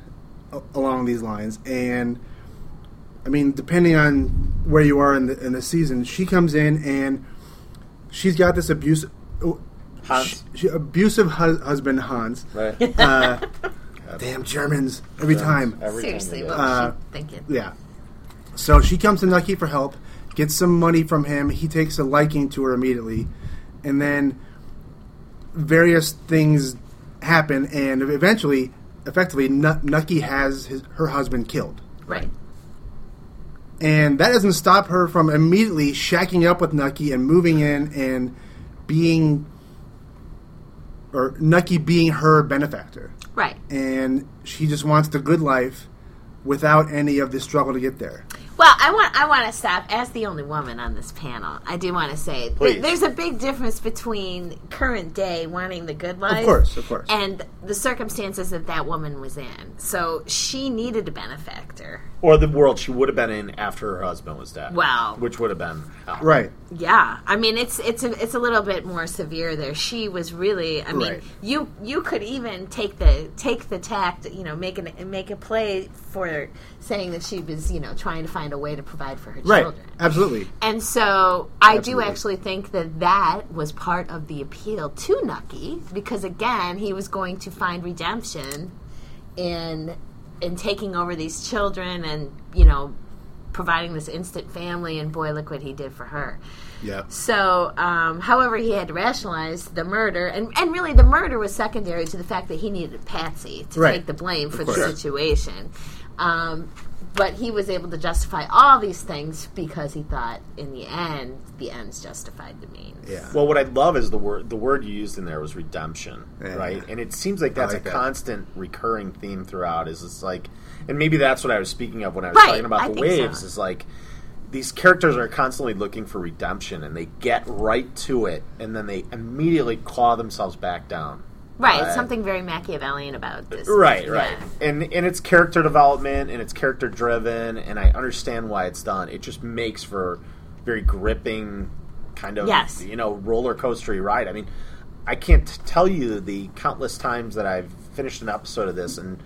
[SPEAKER 1] a- along these lines, and I mean, depending on where you are in the in the season, she comes in and she's got this abusive,
[SPEAKER 2] Hans.
[SPEAKER 1] she, abusive hu- husband Hans.
[SPEAKER 3] *laughs*
[SPEAKER 2] right
[SPEAKER 1] Uh, damn Germans every time.
[SPEAKER 2] Every time
[SPEAKER 3] Seriously,
[SPEAKER 2] you
[SPEAKER 3] what
[SPEAKER 2] do
[SPEAKER 1] Uh,
[SPEAKER 3] was she thinking?
[SPEAKER 1] Yeah. So she comes to Nucky for help, gets some money from him. He takes a liking to her immediately, and then various things happen, and eventually, effectively, N- Nucky has his, her husband killed.
[SPEAKER 3] Right.
[SPEAKER 1] And that doesn't stop her from immediately shacking up with Nucky and moving in and being, or Nucky being her benefactor.
[SPEAKER 3] Right.
[SPEAKER 1] And she just wants the good life without any of the struggle to get there.
[SPEAKER 3] Well, I want I want to stop as the only woman on this panel. I do want to say
[SPEAKER 2] Please.
[SPEAKER 3] th- there's a big difference between current day wanting the good life,
[SPEAKER 1] course, of course.
[SPEAKER 3] and the circumstances that that woman was in. So she needed a benefactor.
[SPEAKER 2] Or the world she would have been in after her husband was dead.
[SPEAKER 3] Wow.
[SPEAKER 2] Which would have been hell.
[SPEAKER 1] Right.
[SPEAKER 3] Yeah, I mean it's it's a, it's a little bit more severe there. She was really, I mean,
[SPEAKER 1] Right.
[SPEAKER 3] you you could even take the take the tact, you know, make an make a play for saying that she was, you know, trying to find a way to provide for her
[SPEAKER 1] Right.
[SPEAKER 3] children.
[SPEAKER 1] Absolutely.
[SPEAKER 3] And so I
[SPEAKER 1] Absolutely.
[SPEAKER 3] do actually think that that was part of the appeal to Nucky because again, he was going to find redemption in in taking over these children and, you know, providing this instant family and boy look what he did for her.
[SPEAKER 1] Yeah.
[SPEAKER 3] So, um, however, he had to rationalize the murder, and, and really the murder was secondary to the fact that he needed Patsy to
[SPEAKER 1] Right.
[SPEAKER 3] take the blame for
[SPEAKER 1] Of
[SPEAKER 3] the
[SPEAKER 1] course.
[SPEAKER 3] situation. Um, but he was able to justify all these things because he thought, in the end, the ends justified the means.
[SPEAKER 1] Yeah.
[SPEAKER 2] Well, what I love is the word the word you used in there was redemption,
[SPEAKER 1] Yeah.
[SPEAKER 2] right? And it seems like that's
[SPEAKER 1] like
[SPEAKER 2] a
[SPEAKER 1] that.
[SPEAKER 2] constant recurring theme throughout. Is it's like, and maybe that's what I was speaking of when I was
[SPEAKER 3] Right,
[SPEAKER 2] talking about
[SPEAKER 3] I
[SPEAKER 2] the
[SPEAKER 3] think so.
[SPEAKER 2] waves. Is like these characters are constantly looking for redemption, and they get right to it, and then they immediately claw themselves back down.
[SPEAKER 3] Right,
[SPEAKER 2] Right.
[SPEAKER 3] it's something very Machiavellian about this.
[SPEAKER 2] Right,
[SPEAKER 3] Yeah.
[SPEAKER 2] right. And and it's character development and it's character driven and I understand why it's done. It just makes for very gripping kind of
[SPEAKER 3] Yes.
[SPEAKER 2] you know, roller coastery ride. I mean, I can't t- tell you the countless times that I've finished an episode of this and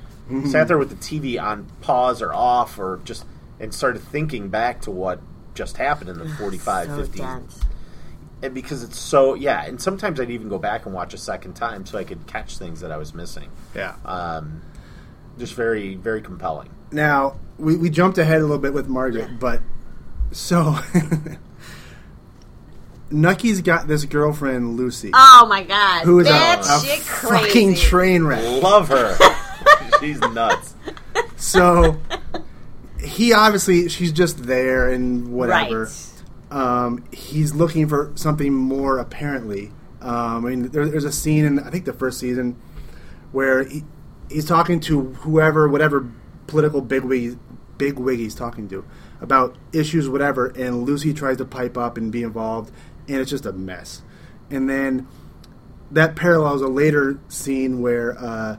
[SPEAKER 2] sat there with the TV on pause or off or just and started thinking back to what just happened in the 45
[SPEAKER 3] So
[SPEAKER 2] 50
[SPEAKER 3] dense.
[SPEAKER 2] and because it's so yeah and sometimes i'd even go back and watch a second time so i could catch things that i was missing
[SPEAKER 1] Yeah.
[SPEAKER 2] um, just very very compelling.
[SPEAKER 1] Now we, we jumped ahead a little bit with Margaret, but so *laughs* Nucky's got this girlfriend Lucy,
[SPEAKER 3] Oh my God!
[SPEAKER 1] who is a,
[SPEAKER 3] that
[SPEAKER 1] a
[SPEAKER 3] shit
[SPEAKER 1] fucking
[SPEAKER 3] crazy.
[SPEAKER 1] train
[SPEAKER 3] *laughs*
[SPEAKER 1] wreck.
[SPEAKER 2] Love *laughs* her. She's nuts.
[SPEAKER 1] So he obviously she's just there and whatever.
[SPEAKER 3] Right.
[SPEAKER 1] Um, he's looking for something more apparently. Um, I mean, there, there's a scene in I think the first season where he, he's talking to whoever, whatever political bigwig, bigwig he's talking to about issues, whatever, and Lucy tries to pipe up and be involved, and it's just a mess. And then that parallels a later scene where. Uh,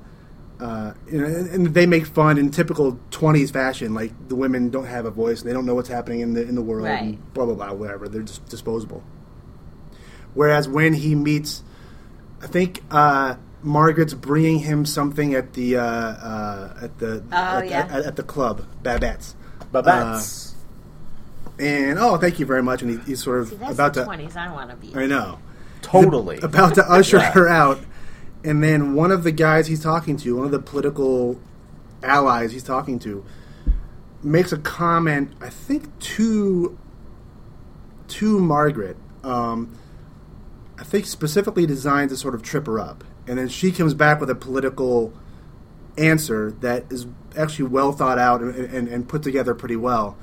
[SPEAKER 1] uh, you know, and, and they make fun in typical '20s fashion, like the women don't have a voice, and they don't know what's happening in the in the world, and
[SPEAKER 3] Right.
[SPEAKER 1] blah blah blah, whatever. They're just disposable. Whereas when he meets, I think uh, Margaret's bringing him something at the uh, uh, at the
[SPEAKER 3] Oh,
[SPEAKER 1] at,
[SPEAKER 3] yeah.
[SPEAKER 1] at, at the club, Babette's,
[SPEAKER 2] Babette's.
[SPEAKER 1] Uh, and oh, thank you very much. And he, he's sort of
[SPEAKER 3] See, that's
[SPEAKER 1] about
[SPEAKER 3] the
[SPEAKER 1] to,
[SPEAKER 3] twenties. I want to be.
[SPEAKER 1] I know,
[SPEAKER 2] totally.
[SPEAKER 1] about
[SPEAKER 2] *laughs*
[SPEAKER 1] to usher
[SPEAKER 2] Yeah.
[SPEAKER 1] her out, and then one of the guys he's talking to, one of the political allies he's talking to, makes a comment. I think to to Margaret. Um, I think specifically designed to sort of trip her up, and then she comes back with a political answer that is actually well thought out and, and, and put together pretty well.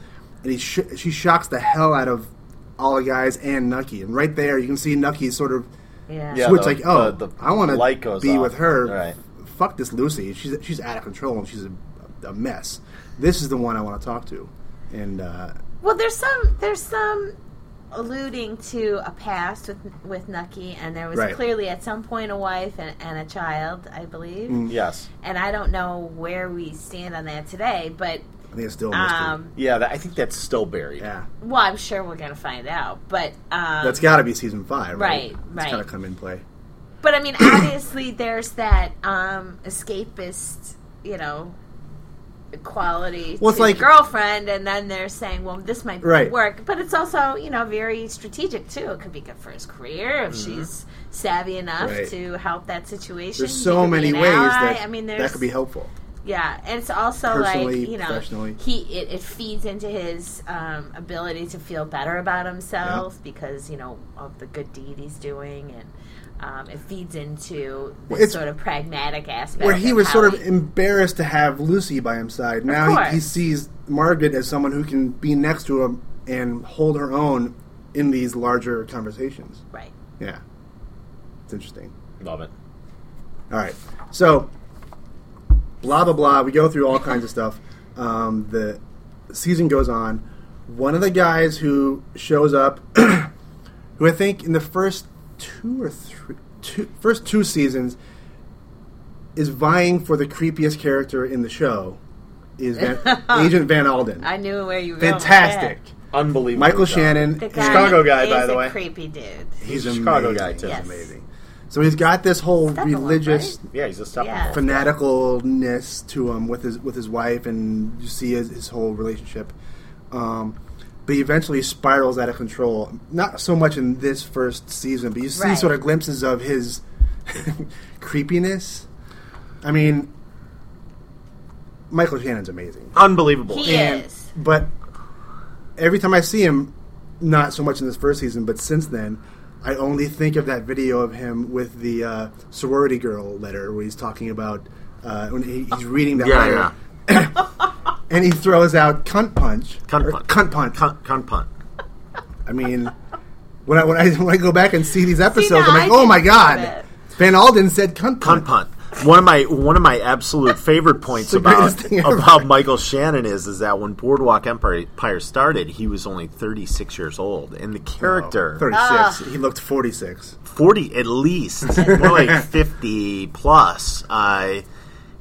[SPEAKER 1] And he sh- she shocks the hell out of all the guys and Nucky, and right there you can see Nucky sort of
[SPEAKER 3] Yeah.
[SPEAKER 2] Yeah.
[SPEAKER 1] switch
[SPEAKER 2] the-
[SPEAKER 1] like, oh,
[SPEAKER 2] the- the
[SPEAKER 1] I want
[SPEAKER 2] light
[SPEAKER 1] to
[SPEAKER 2] goes
[SPEAKER 1] be
[SPEAKER 2] off.
[SPEAKER 1] with her.
[SPEAKER 2] Right.
[SPEAKER 1] Fuck this Lucy, she's she's out of control and she's a, a mess. This is the one I want to talk to, and uh,
[SPEAKER 3] Well, there's some there's some alluding to a past with with Nucky, and there was
[SPEAKER 1] Right.
[SPEAKER 3] clearly at some point a wife and, and a child, I believe.
[SPEAKER 1] Mm.
[SPEAKER 2] yes.
[SPEAKER 3] And I don't know where we stand on that today, but
[SPEAKER 1] I think it's still a mystery.
[SPEAKER 3] um,
[SPEAKER 2] Yeah, that, I think that's still buried.
[SPEAKER 1] yeah,
[SPEAKER 3] well, I'm sure we're gonna find out. But um,
[SPEAKER 1] that's got to be season five, right?
[SPEAKER 3] right,
[SPEAKER 1] It's
[SPEAKER 3] right.
[SPEAKER 1] got to come in play.
[SPEAKER 3] but I mean, *clears throat* obviously, there's that um, escapist, you know. Quality
[SPEAKER 1] Well,
[SPEAKER 3] well,
[SPEAKER 1] it's
[SPEAKER 3] to like,
[SPEAKER 1] like-
[SPEAKER 3] girlfriend, and then they're saying, "Well, this might
[SPEAKER 1] Right.
[SPEAKER 3] work," but it's also you know very strategic too. It could be good for his career if she's savvy enough
[SPEAKER 1] Mm-hmm. Right.
[SPEAKER 3] to help that situation.
[SPEAKER 1] There's
[SPEAKER 3] She
[SPEAKER 1] so
[SPEAKER 3] could be
[SPEAKER 1] many
[SPEAKER 3] an
[SPEAKER 1] ways
[SPEAKER 3] ally.
[SPEAKER 1] that
[SPEAKER 3] I mean, there's
[SPEAKER 1] that could be helpful.
[SPEAKER 3] Yeah, and it's also like
[SPEAKER 1] Personally,
[SPEAKER 3] you know
[SPEAKER 1] professionally.
[SPEAKER 3] he it, it feeds into his um, ability to feel better about himself because you know of the good deed he's doing and Um, it feeds into
[SPEAKER 1] Well,
[SPEAKER 3] the
[SPEAKER 1] it's-
[SPEAKER 3] sort of pragmatic aspect.
[SPEAKER 1] Where he was
[SPEAKER 3] how
[SPEAKER 1] sort of
[SPEAKER 3] he-
[SPEAKER 1] embarrassed to have Lucy by his side. Now he, he
[SPEAKER 3] course.
[SPEAKER 1] sees Margaret as someone who can be next to him and hold her own in these larger conversations.
[SPEAKER 3] right.
[SPEAKER 1] Yeah. It's interesting.
[SPEAKER 2] Love it.
[SPEAKER 1] All right. So, blah blah blah. We go through all kinds of stuff. Um, the season goes on. One of the guys who shows up, *clears throat* who I think in the first two or three, two, first two seasons, is vying for the creepiest character in the show, is
[SPEAKER 3] *laughs*
[SPEAKER 1] Van, Agent Van Alden.
[SPEAKER 3] I knew where you were. going with
[SPEAKER 1] Fantastic.
[SPEAKER 2] Unbelievable.
[SPEAKER 1] Michael
[SPEAKER 2] job.
[SPEAKER 1] Shannon.
[SPEAKER 3] that. The
[SPEAKER 1] is-
[SPEAKER 3] guy
[SPEAKER 2] Chicago guy,
[SPEAKER 3] is
[SPEAKER 2] by the
[SPEAKER 3] a
[SPEAKER 2] way.
[SPEAKER 3] creepy dude.
[SPEAKER 1] He's
[SPEAKER 2] a Chicago
[SPEAKER 1] amazing.
[SPEAKER 2] guy too.
[SPEAKER 3] Yes.
[SPEAKER 2] Amazing.
[SPEAKER 1] So he's got this whole
[SPEAKER 3] Steppenwolf,
[SPEAKER 1] religious.
[SPEAKER 3] right?
[SPEAKER 2] Yeah, he's a step.
[SPEAKER 3] Yeah.
[SPEAKER 1] fanaticalness to him with his with his wife, and you see his, his whole relationship. Um, but he eventually spirals out of control. Not so much in this first season, but you see
[SPEAKER 3] Right.
[SPEAKER 1] sort of glimpses of his *laughs* creepiness. I mean, Michael Shannon's amazing,
[SPEAKER 2] Unbelievable.
[SPEAKER 3] He is.
[SPEAKER 1] but every time I see him, not so much in this first season, but since then. I only think of that video of him with the uh, sorority girl letter where he's talking about uh, when he, he's reading that
[SPEAKER 2] Yeah,
[SPEAKER 1] letter
[SPEAKER 2] yeah.
[SPEAKER 1] and he throws out cunt punch.
[SPEAKER 2] Cunt
[SPEAKER 1] Or
[SPEAKER 2] punch.
[SPEAKER 1] Cunt punch.
[SPEAKER 2] Cunt, cunt punt.
[SPEAKER 1] I mean, when I, when I *laughs* when I go back and see these episodes, I'm
[SPEAKER 3] now I
[SPEAKER 1] like,
[SPEAKER 3] can
[SPEAKER 1] oh my
[SPEAKER 3] think of
[SPEAKER 1] god,
[SPEAKER 3] it.
[SPEAKER 1] Van Alden said cunt punch.
[SPEAKER 2] Cunt punt. One of my one of my absolute favorite
[SPEAKER 1] *laughs*
[SPEAKER 2] points
[SPEAKER 1] the
[SPEAKER 2] about
[SPEAKER 1] greatest thing ever.
[SPEAKER 2] about Michael Shannon is is that when Boardwalk Empire Empire started, he was only thirty six years old, and the character
[SPEAKER 1] Thirty six. Oh, he looked forty six.
[SPEAKER 2] 40
[SPEAKER 1] *laughs*
[SPEAKER 2] at least more like 50 plus uh,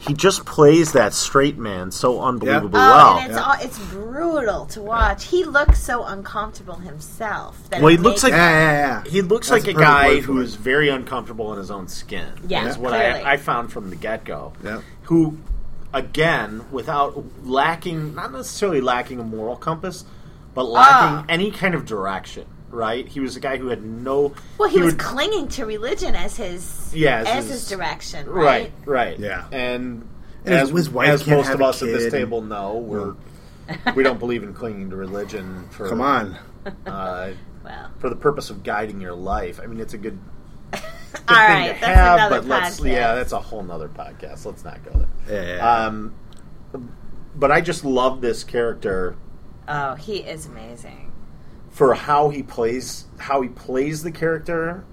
[SPEAKER 2] he just plays that straight man so unbelievably
[SPEAKER 1] Yeah.
[SPEAKER 3] Oh,
[SPEAKER 2] well
[SPEAKER 3] and it's,
[SPEAKER 1] Yeah.
[SPEAKER 3] all, it's brutal to watch. He looks so uncomfortable himself. That
[SPEAKER 2] Well,
[SPEAKER 3] it
[SPEAKER 2] he looks
[SPEAKER 3] makes-
[SPEAKER 1] Yeah, yeah, yeah. yeah.
[SPEAKER 2] he looks
[SPEAKER 1] That's
[SPEAKER 2] like a
[SPEAKER 1] perfect
[SPEAKER 2] guy
[SPEAKER 1] word for
[SPEAKER 2] who
[SPEAKER 1] it.
[SPEAKER 2] is very uncomfortable in his own skin
[SPEAKER 3] Yeah,
[SPEAKER 2] is what
[SPEAKER 3] clearly.
[SPEAKER 2] I, I found from the get-go
[SPEAKER 1] Yeah.
[SPEAKER 2] who again without lacking not necessarily lacking a moral compass but
[SPEAKER 3] Ah.
[SPEAKER 2] lacking any kind of direction right he was a guy who had no
[SPEAKER 3] Well, he, was
[SPEAKER 2] would-
[SPEAKER 3] clinging to religion as his
[SPEAKER 2] Yeah, as
[SPEAKER 3] as, his,
[SPEAKER 2] his-
[SPEAKER 3] direction,
[SPEAKER 2] Right,
[SPEAKER 3] right?
[SPEAKER 2] right.
[SPEAKER 1] Yeah.
[SPEAKER 2] And,
[SPEAKER 1] And
[SPEAKER 2] as,
[SPEAKER 1] his- his wife
[SPEAKER 2] as
[SPEAKER 1] can't
[SPEAKER 2] most
[SPEAKER 1] have
[SPEAKER 2] of
[SPEAKER 1] a
[SPEAKER 2] us at
[SPEAKER 1] kid
[SPEAKER 2] this
[SPEAKER 1] and-
[SPEAKER 2] table know, we're we don't believe in clinging to religion for
[SPEAKER 1] Come on.
[SPEAKER 2] uh,
[SPEAKER 3] Well,
[SPEAKER 2] for the purpose of guiding your life. I mean, it's a good, good
[SPEAKER 3] all
[SPEAKER 2] thing
[SPEAKER 3] right,
[SPEAKER 2] to
[SPEAKER 3] that's
[SPEAKER 2] have,
[SPEAKER 3] another
[SPEAKER 2] but let's
[SPEAKER 3] podcast.
[SPEAKER 2] yeah, that's a whole nother podcast. Let's not go there.
[SPEAKER 1] Yeah, yeah, yeah.
[SPEAKER 2] Um, but I just love this character
[SPEAKER 3] Oh, he is amazing.
[SPEAKER 2] for how he plays how he plays the character.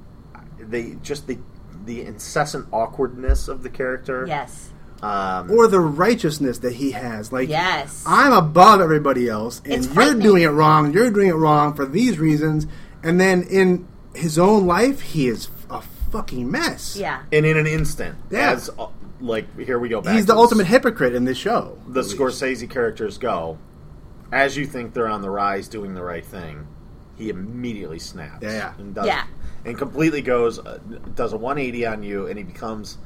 [SPEAKER 2] They just the the incessant awkwardness of the character.
[SPEAKER 3] Yes,
[SPEAKER 2] Um,
[SPEAKER 1] or the righteousness that he has, like
[SPEAKER 3] yes.
[SPEAKER 1] I'm above everybody else, and
[SPEAKER 3] It's
[SPEAKER 1] you're
[SPEAKER 3] frightening.
[SPEAKER 1] doing it wrong. You're doing it wrong for these reasons, and then in his own life, he is a fucking mess.
[SPEAKER 3] yeah,
[SPEAKER 2] and in an instant.
[SPEAKER 1] Yeah.
[SPEAKER 2] As uh, like here we go back.
[SPEAKER 1] he's
[SPEAKER 2] to
[SPEAKER 1] the ultimate hypocrite in this show.
[SPEAKER 2] The Scorsese characters go as you think they're on the rise, doing the right thing. He immediately snaps.
[SPEAKER 1] Yeah, yeah.
[SPEAKER 2] and does,
[SPEAKER 3] Yeah.
[SPEAKER 2] and completely goes uh, does a 180 on you, and he becomes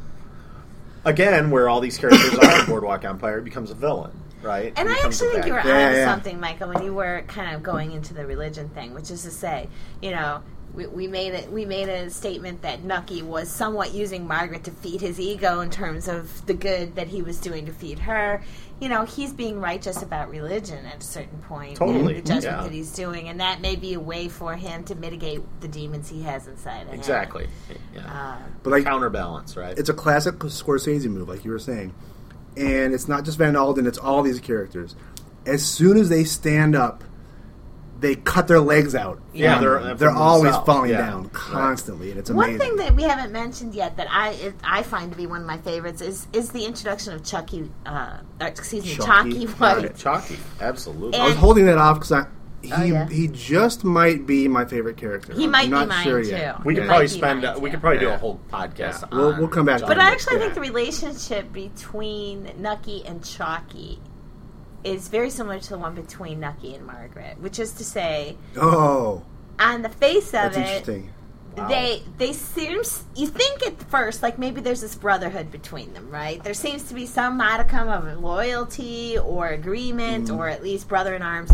[SPEAKER 2] again where all these characters
[SPEAKER 1] *coughs*
[SPEAKER 2] are in Boardwalk Empire becomes a villain, right?
[SPEAKER 3] And
[SPEAKER 2] He
[SPEAKER 3] I
[SPEAKER 2] becomes
[SPEAKER 3] actually
[SPEAKER 2] a
[SPEAKER 3] think
[SPEAKER 2] bad
[SPEAKER 3] you were onto
[SPEAKER 2] guy.
[SPEAKER 1] Yeah, yeah.
[SPEAKER 3] something, Michael, when you were kind of going into the religion thing, which is to say, you know, we, we made it. We made a statement that Nucky was somewhat using Margaret to feed his ego in terms of the good that he was doing to feed her. You know, he's being righteous about religion at a certain point,
[SPEAKER 2] Totally,
[SPEAKER 3] and the judgment
[SPEAKER 2] yeah.
[SPEAKER 3] that he's doing, and that may be a way for him to mitigate the demons he has inside of him.
[SPEAKER 2] exactly.
[SPEAKER 3] Um,
[SPEAKER 2] Yeah.
[SPEAKER 1] But like,
[SPEAKER 2] Counterbalance, right?
[SPEAKER 1] it's a classic Scorsese move, like you were saying, and it's not just Van Alden; it's all these characters. As soon as they stand up, they cut their legs out.
[SPEAKER 2] Yeah,
[SPEAKER 1] Um,
[SPEAKER 2] they're- uh,
[SPEAKER 1] they're
[SPEAKER 2] from
[SPEAKER 1] always
[SPEAKER 2] themselves,
[SPEAKER 1] falling
[SPEAKER 2] yeah.
[SPEAKER 1] down
[SPEAKER 2] Right.
[SPEAKER 1] constantly, and it's amazing.
[SPEAKER 3] One thing that we haven't mentioned yet that I it- I find to be one of my favorites is is the introduction of Chucky, uh, or excuse me,
[SPEAKER 1] Chucky.
[SPEAKER 3] Chalky White.
[SPEAKER 1] Right.
[SPEAKER 2] Chalky, absolutely.
[SPEAKER 1] I was
[SPEAKER 3] and-
[SPEAKER 1] holding that off because I. He,
[SPEAKER 3] Um, Oh, yeah.
[SPEAKER 1] he just might be my favorite character.
[SPEAKER 3] He might
[SPEAKER 1] I'm
[SPEAKER 3] be
[SPEAKER 1] not
[SPEAKER 3] mine,
[SPEAKER 1] sure yet.
[SPEAKER 3] too.
[SPEAKER 2] we
[SPEAKER 3] It
[SPEAKER 2] could
[SPEAKER 3] might
[SPEAKER 2] probably
[SPEAKER 3] be
[SPEAKER 2] spend.
[SPEAKER 3] mine,
[SPEAKER 2] Uh, we
[SPEAKER 3] too.
[SPEAKER 2] could probably do
[SPEAKER 1] Yeah.
[SPEAKER 2] a whole podcast.
[SPEAKER 1] Yeah. We'll-
[SPEAKER 2] on
[SPEAKER 1] we'll come back to
[SPEAKER 2] Chalky.
[SPEAKER 3] But I actually
[SPEAKER 2] Yeah.
[SPEAKER 3] think the relationship between Nucky and Chalky is very similar to the one between Nucky and Margaret, which is to say,
[SPEAKER 1] Oh,
[SPEAKER 3] on the face of
[SPEAKER 1] that's
[SPEAKER 3] it,
[SPEAKER 1] interesting.
[SPEAKER 2] Wow.
[SPEAKER 3] They they seem you think at first like maybe there's this brotherhood between them, right? There seems to be some modicum of loyalty or agreement
[SPEAKER 2] Mm-hmm.
[SPEAKER 3] or at least brother in arms.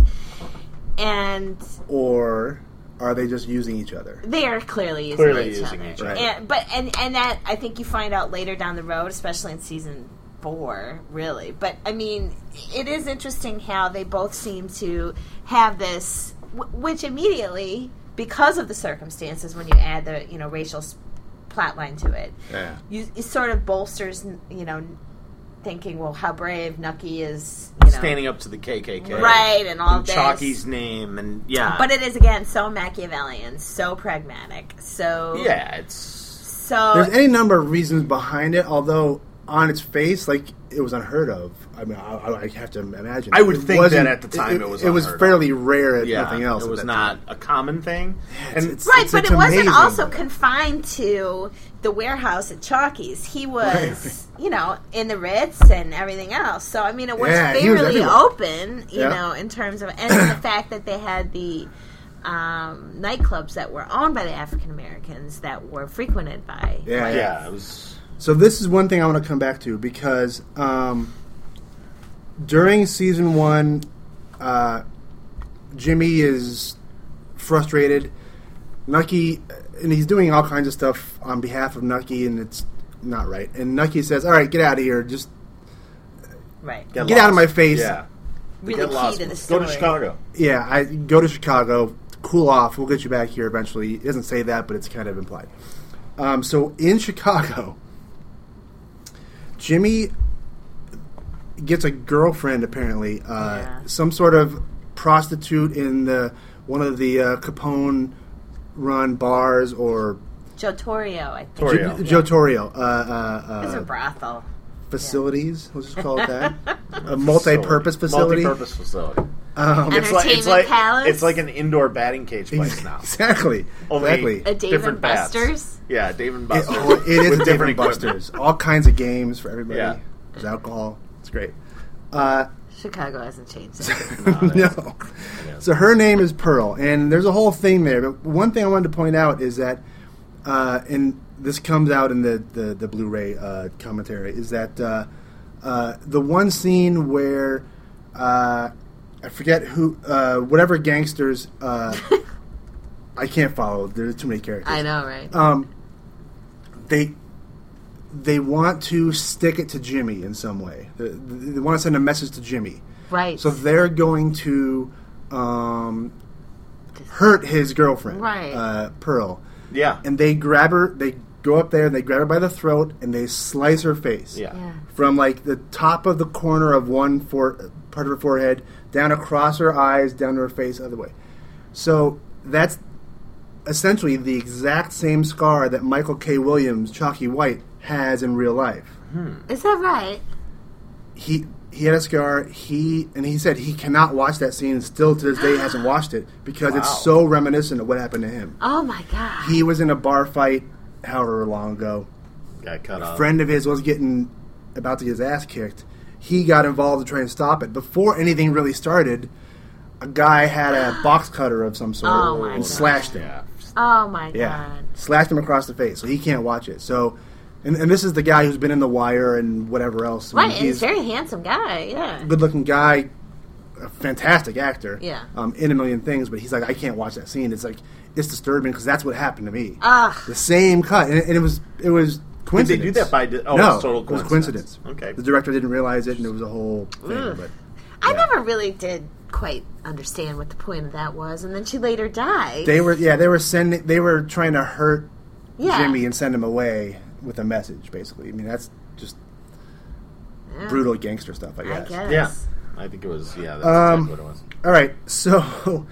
[SPEAKER 3] And
[SPEAKER 1] Or are they just using each other?
[SPEAKER 3] they are clearly using
[SPEAKER 2] Clearly
[SPEAKER 3] each
[SPEAKER 2] using
[SPEAKER 3] other.
[SPEAKER 2] each other.
[SPEAKER 1] Right.
[SPEAKER 3] And, but and and that I think you find out later down the road, especially in season four, really. But I mean, it is interesting how they both seem to have this, wh- which immediately because of the circumstances, when you add the you know racial s- plot line to it.
[SPEAKER 2] Yeah.
[SPEAKER 3] You, it sort of bolsters, you know, thinking, well, how brave Nucky is, you know,
[SPEAKER 2] Standing up to the KKK,
[SPEAKER 3] right, and all
[SPEAKER 2] And
[SPEAKER 3] this.
[SPEAKER 2] Chalky's name, and yeah,
[SPEAKER 3] But it is again so Machiavellian, so pragmatic, so
[SPEAKER 2] yeah, it's
[SPEAKER 3] so
[SPEAKER 1] There's any number of reasons behind it, although on its face, like it was unheard of. I mean, I, I- I have to imagine.
[SPEAKER 4] I would
[SPEAKER 1] It
[SPEAKER 4] think that
[SPEAKER 1] wasn't-
[SPEAKER 4] at the time it was
[SPEAKER 1] It was
[SPEAKER 4] unheard of.
[SPEAKER 1] fairly rare, if
[SPEAKER 2] yeah,
[SPEAKER 1] nothing else.
[SPEAKER 2] It
[SPEAKER 1] at
[SPEAKER 2] was
[SPEAKER 1] that
[SPEAKER 2] not
[SPEAKER 1] time.
[SPEAKER 2] a common thing, and
[SPEAKER 1] it's-
[SPEAKER 3] Right, but
[SPEAKER 1] it's
[SPEAKER 3] it wasn't
[SPEAKER 1] amazing,
[SPEAKER 3] also
[SPEAKER 1] but-
[SPEAKER 3] confined to the warehouse at Chalky's. He was, you know, in the Ritz and everything else. So I mean, it was
[SPEAKER 1] Yeah, he was
[SPEAKER 3] fairly
[SPEAKER 1] everywhere.
[SPEAKER 3] open, you
[SPEAKER 1] Yeah.
[SPEAKER 3] know, in terms of and the fact that they had the um, nightclubs that were owned by the African Americans that were frequented by.
[SPEAKER 1] Yeah, yeah.
[SPEAKER 2] yeah, it was
[SPEAKER 1] So this is one thing I want to come back to because um, during season one, uh, Jimmy is frustrated. Nucky, and he's doing all kinds of stuff on behalf of Nucky, and it's not right. And Nucky says, "All right, get out of here. Just
[SPEAKER 3] Right.
[SPEAKER 1] Get out of my face.
[SPEAKER 2] Yeah,
[SPEAKER 3] really
[SPEAKER 2] Get lost.
[SPEAKER 3] key to the
[SPEAKER 2] Go
[SPEAKER 3] story.
[SPEAKER 2] to Chicago.
[SPEAKER 1] yeah, I go to Chicago, cool off. We'll get you back here eventually." He doesn't say that, but it's kind of implied. Um, so in Chicago, Jimmy gets a girlfriend apparently, uh,
[SPEAKER 3] Yeah.
[SPEAKER 1] some sort of prostitute in the one of the uh, Capone run bars or
[SPEAKER 3] Joe Torrio, I think.
[SPEAKER 2] Torrio.
[SPEAKER 1] J- Joe Torrio uh, uh,
[SPEAKER 3] It was a
[SPEAKER 1] uh,
[SPEAKER 3] brothel.
[SPEAKER 1] facilities. Let's just call it that. a multi-purpose facility.
[SPEAKER 2] Multi-purpose facility.
[SPEAKER 1] Um,
[SPEAKER 3] And-
[SPEAKER 2] It's like
[SPEAKER 3] Entertainment
[SPEAKER 2] it's like
[SPEAKER 3] palace?
[SPEAKER 2] it's like an indoor batting cage place now.
[SPEAKER 1] *laughs* exactly.
[SPEAKER 2] Only
[SPEAKER 1] Exactly.
[SPEAKER 3] A Dave
[SPEAKER 2] different
[SPEAKER 3] and
[SPEAKER 2] bats.
[SPEAKER 3] Buster's?
[SPEAKER 2] Yeah, Dave and
[SPEAKER 1] It,
[SPEAKER 2] Buster's.
[SPEAKER 1] oh, it is
[SPEAKER 2] with
[SPEAKER 1] a Dave and
[SPEAKER 2] different equipment.
[SPEAKER 1] Buster's. All kinds of games for everybody.
[SPEAKER 2] Yeah.
[SPEAKER 1] There's alcohol. It's great. Uh,
[SPEAKER 3] Chicago hasn't changed.
[SPEAKER 1] *laughs*
[SPEAKER 3] it.
[SPEAKER 1] no. So her name is Pearl, and there's a whole thing there. But one thing I wanted to point out is that, uh, and this comes out in the the, the Blu-ray uh, commentary, is that uh, uh, the one scene where uh, I forget who, uh, whatever gangsters, uh, *laughs* I can't follow. There's too many characters
[SPEAKER 3] I know, right?
[SPEAKER 1] um, they they want to stick it to Jimmy in some way. They, they want to send a message to Jimmy,
[SPEAKER 3] right.
[SPEAKER 1] so they're going to um, hurt his girlfriend,
[SPEAKER 3] Right.
[SPEAKER 1] Uh, Pearl,
[SPEAKER 2] Yeah,
[SPEAKER 1] and they grab her. They go up there and they grab her by the throat and they slice her face.
[SPEAKER 2] yeah.
[SPEAKER 3] yeah.
[SPEAKER 1] From like the top of the corner of one for, part of her forehead down across her eyes, down to her face, other way. So that's essentially the exact same scar that Michael K. Williams, Chalky White, has in real life.
[SPEAKER 3] Is that right?
[SPEAKER 1] He he had a scar. He and he said he cannot watch that scene. and Still to this day, hasn't watched it because
[SPEAKER 2] Wow.
[SPEAKER 1] it's so reminiscent of what happened to him.
[SPEAKER 3] Oh my god.
[SPEAKER 1] He was in a bar fight, however long ago.
[SPEAKER 2] Got cut off.
[SPEAKER 1] friend of his was getting about to get his ass kicked. He got involved to try and stop it. Before anything really started, a guy had a box cutter of some sort
[SPEAKER 3] Oh my
[SPEAKER 1] and
[SPEAKER 3] God.
[SPEAKER 1] slashed him.
[SPEAKER 2] Yeah.
[SPEAKER 3] Oh my
[SPEAKER 1] Yeah.
[SPEAKER 3] god.
[SPEAKER 1] Slashed him across the face, so he can't watch it. So, and, and this is the guy who's been in The Wire and whatever else. I mean,
[SPEAKER 3] Right, and he's a very handsome guy. Yeah.
[SPEAKER 1] good looking guy, a fantastic actor.
[SPEAKER 3] Yeah.
[SPEAKER 1] Um, in a million things, but he's like, I can't watch that scene. It's like, it's disturbing because that's what happened to me.
[SPEAKER 3] Ugh.
[SPEAKER 1] The same cut, and, and it was it was
[SPEAKER 2] Did they
[SPEAKER 1] coincidence.
[SPEAKER 2] do that by? Di- oh,
[SPEAKER 1] no,
[SPEAKER 2] it's total
[SPEAKER 1] it was
[SPEAKER 2] coincidence.
[SPEAKER 1] coincidence.
[SPEAKER 2] Okay.
[SPEAKER 1] the director didn't realize it, and it was a whole thing.
[SPEAKER 3] Ugh.
[SPEAKER 1] But
[SPEAKER 3] I never really did quite understand what the point of that was, and then she later died.
[SPEAKER 1] they were, yeah, they were sending, they were trying to hurt
[SPEAKER 3] yeah.
[SPEAKER 1] Jimmy and send him away with a message. Basically, I mean that's just
[SPEAKER 3] Yeah,
[SPEAKER 1] brutal gangster stuff, I
[SPEAKER 3] I
[SPEAKER 1] guess.
[SPEAKER 3] guess.
[SPEAKER 2] Yeah, I think it was. Yeah, that's
[SPEAKER 1] Um,
[SPEAKER 2] exactly what it was.
[SPEAKER 1] All right, *laughs* so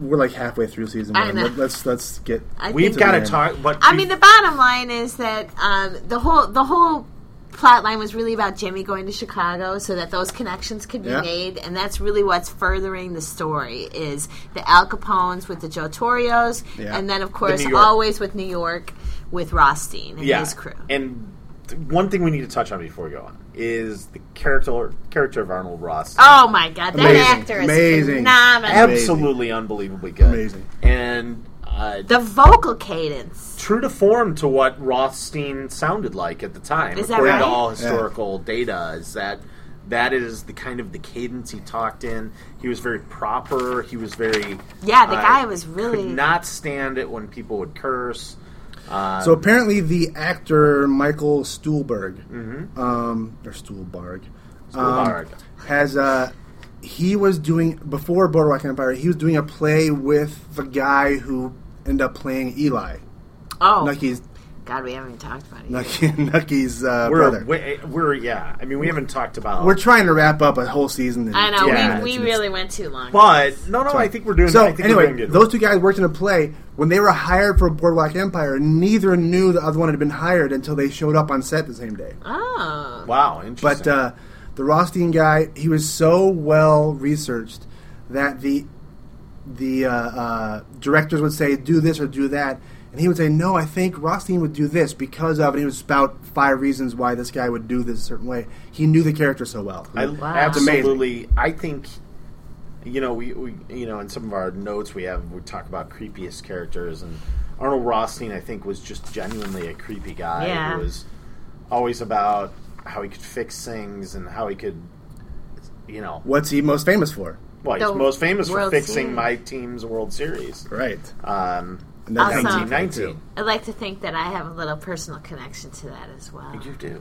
[SPEAKER 1] we're like halfway through season
[SPEAKER 3] I
[SPEAKER 1] one.
[SPEAKER 3] know.
[SPEAKER 1] Let- Let's let's get
[SPEAKER 3] I
[SPEAKER 2] We've
[SPEAKER 3] think-
[SPEAKER 2] got to
[SPEAKER 1] Yeah.
[SPEAKER 2] talk. What
[SPEAKER 3] I
[SPEAKER 2] we-
[SPEAKER 3] mean, the bottom line is that um, the whole the whole plot line was really about Jimmy going to Chicago so that those connections could be
[SPEAKER 1] Yeah.
[SPEAKER 3] made, and that's really what's furthering the story is the Al Capones with the Joe Torrios,
[SPEAKER 1] Yeah.
[SPEAKER 3] and then of course
[SPEAKER 2] New York.
[SPEAKER 3] always with New York with Rothstein and
[SPEAKER 2] yeah.
[SPEAKER 3] his crew.
[SPEAKER 2] And th- one thing we need to touch on before we go on is the character character of Arnold Ross.
[SPEAKER 3] oh my God, that
[SPEAKER 1] Amazing.
[SPEAKER 3] actor is
[SPEAKER 1] Amazing.
[SPEAKER 3] phenomenal.
[SPEAKER 2] absolutely unbelievably good.
[SPEAKER 1] Amazing.
[SPEAKER 2] And uh,
[SPEAKER 3] The vocal cadence.
[SPEAKER 2] true to form to what Rothstein sounded like at the time,
[SPEAKER 3] Is that
[SPEAKER 2] according
[SPEAKER 3] right?
[SPEAKER 2] to all historical data, is that that is the kind of the cadence he talked in. He was very proper. He was very
[SPEAKER 3] Yeah, the
[SPEAKER 2] uh,
[SPEAKER 3] guy was really.
[SPEAKER 2] could not stand it when people would curse. Uh,
[SPEAKER 1] So apparently, the actor Michael Stuhlberg,
[SPEAKER 2] Mm-hmm.
[SPEAKER 1] um, or Stuhlbarg, um,
[SPEAKER 2] Stuhlbarg.
[SPEAKER 1] has uh, he was doing before Boardwalk Empire. He was doing a play with the guy who ended up playing Eli.
[SPEAKER 3] Oh,
[SPEAKER 1] Nucky's
[SPEAKER 3] God, we haven't even talked about it. yet.
[SPEAKER 1] Nucky, *laughs* Nucky's uh,
[SPEAKER 2] We're,
[SPEAKER 1] brother.
[SPEAKER 2] we, we're yeah. I mean, we haven't talked about.
[SPEAKER 1] We're trying to wrap up a whole season. in
[SPEAKER 3] I know
[SPEAKER 1] 10
[SPEAKER 2] Yeah,
[SPEAKER 1] minutes,
[SPEAKER 3] we, we
[SPEAKER 1] and it's-
[SPEAKER 3] really went too long.
[SPEAKER 2] but no, no. I think we're doing.
[SPEAKER 1] So
[SPEAKER 2] I think we're doing
[SPEAKER 1] anyway,
[SPEAKER 2] good.
[SPEAKER 1] those two guys worked in a play. When they were hired for Boardwalk Empire, neither knew the other one had been hired until they showed up on set the same day.
[SPEAKER 3] oh,
[SPEAKER 2] wow,
[SPEAKER 1] But
[SPEAKER 2] interesting.
[SPEAKER 1] uh, the Rothstein guy, he was so well researched that the the uh, uh, directors would say, "Do this or do that," and he would say, "No, I think Rothstein would do this because of," and he would spout five reasons why this guy would do this a certain way. He knew the character so well.
[SPEAKER 2] I
[SPEAKER 3] Wow.
[SPEAKER 2] absolutely. I think you know we, we you know in some of our notes we have we talk about creepiest characters and Arnold Rothstein I think was just genuinely a creepy guy
[SPEAKER 3] Yeah.
[SPEAKER 2] who was always about how he could fix things and how he could you know
[SPEAKER 1] What's he most famous for?
[SPEAKER 2] well he's
[SPEAKER 3] The
[SPEAKER 2] most famous for
[SPEAKER 3] World
[SPEAKER 2] fixing
[SPEAKER 3] Series.
[SPEAKER 2] my team's World Series.
[SPEAKER 1] Right.
[SPEAKER 2] Um,
[SPEAKER 1] Another
[SPEAKER 3] Awesome.
[SPEAKER 1] thing.
[SPEAKER 2] 1919.
[SPEAKER 3] I'd like to think that I have a little personal connection to that as well.
[SPEAKER 2] You do,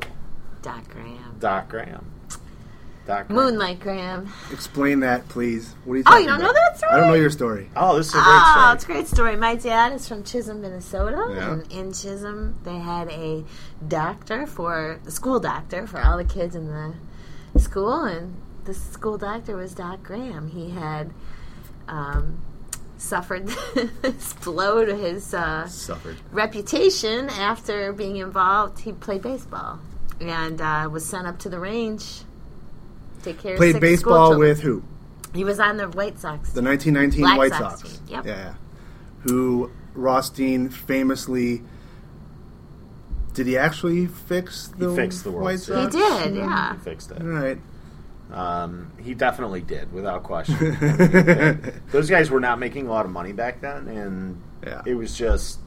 [SPEAKER 3] Doc Graham,
[SPEAKER 2] Doc Graham. Doc Graham.
[SPEAKER 3] Moonlight Graham.
[SPEAKER 1] Explain that, please. What are you
[SPEAKER 3] Oh,
[SPEAKER 1] talking
[SPEAKER 3] you don't
[SPEAKER 1] about?
[SPEAKER 3] know that story?
[SPEAKER 1] I don't know your story.
[SPEAKER 2] Oh, this is a great
[SPEAKER 3] Oh,
[SPEAKER 2] story.
[SPEAKER 3] it's a great story. My dad is from Chisholm, Minnesota,
[SPEAKER 1] Yeah.
[SPEAKER 3] and in Chisholm they had a doctor for a school doctor for all the kids in the school, and the school doctor was Doc Graham. He had um, suffered *laughs* this blow to his uh,
[SPEAKER 1] Suffered.
[SPEAKER 3] reputation after being involved. He played baseball and uh, was sent up to the range. to Take care of
[SPEAKER 1] Played
[SPEAKER 3] sick
[SPEAKER 1] baseball
[SPEAKER 3] schoolchildren.
[SPEAKER 1] with who?
[SPEAKER 3] He was on the White Sox.
[SPEAKER 1] The 1919
[SPEAKER 3] Black
[SPEAKER 1] White
[SPEAKER 3] Sox
[SPEAKER 1] Sox.
[SPEAKER 3] team, yep.
[SPEAKER 1] Yeah. Who Rothstein famously did he actually fix the,
[SPEAKER 2] fixed the World
[SPEAKER 1] White
[SPEAKER 2] Series.
[SPEAKER 1] Sox?
[SPEAKER 3] he did, yeah.
[SPEAKER 2] He fixed it.
[SPEAKER 1] All right.
[SPEAKER 2] Um, he definitely did,
[SPEAKER 1] *laughs*
[SPEAKER 2] without question. Those guys were not making a lot of money back then, and
[SPEAKER 1] Yeah.
[SPEAKER 2] it was just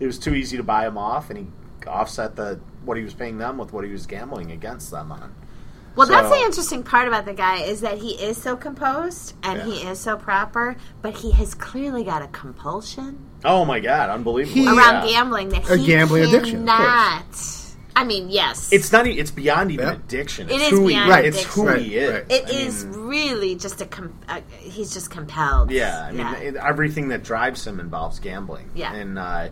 [SPEAKER 2] it was too easy to buy him off, and he offset the what he was paying them with what he was gambling against them on.
[SPEAKER 3] Well, that's
[SPEAKER 2] So-
[SPEAKER 3] the interesting part about the guy is that he is so composed and he is so proper, but he has clearly got a compulsion
[SPEAKER 2] Oh my god, unbelievable!
[SPEAKER 1] He-
[SPEAKER 3] around
[SPEAKER 2] Yeah.
[SPEAKER 3] gambling that
[SPEAKER 1] A
[SPEAKER 3] he
[SPEAKER 1] gambling
[SPEAKER 3] cannot.
[SPEAKER 1] addiction, of
[SPEAKER 3] I mean, yes,
[SPEAKER 2] It's not. e- It's beyond even
[SPEAKER 1] Yeah.
[SPEAKER 2] addiction.
[SPEAKER 3] It
[SPEAKER 2] It's
[SPEAKER 3] is
[SPEAKER 2] who
[SPEAKER 3] beyond
[SPEAKER 2] he,
[SPEAKER 1] Right.
[SPEAKER 2] It's who
[SPEAKER 1] addiction.
[SPEAKER 2] he is.
[SPEAKER 1] Right, right.
[SPEAKER 3] It
[SPEAKER 2] I mean,
[SPEAKER 3] is really just a com- uh, he's just compelled.
[SPEAKER 2] Yeah, I mean,
[SPEAKER 3] Yeah.
[SPEAKER 2] It, everything that drives him involves gambling.
[SPEAKER 3] Yeah.
[SPEAKER 2] and uh,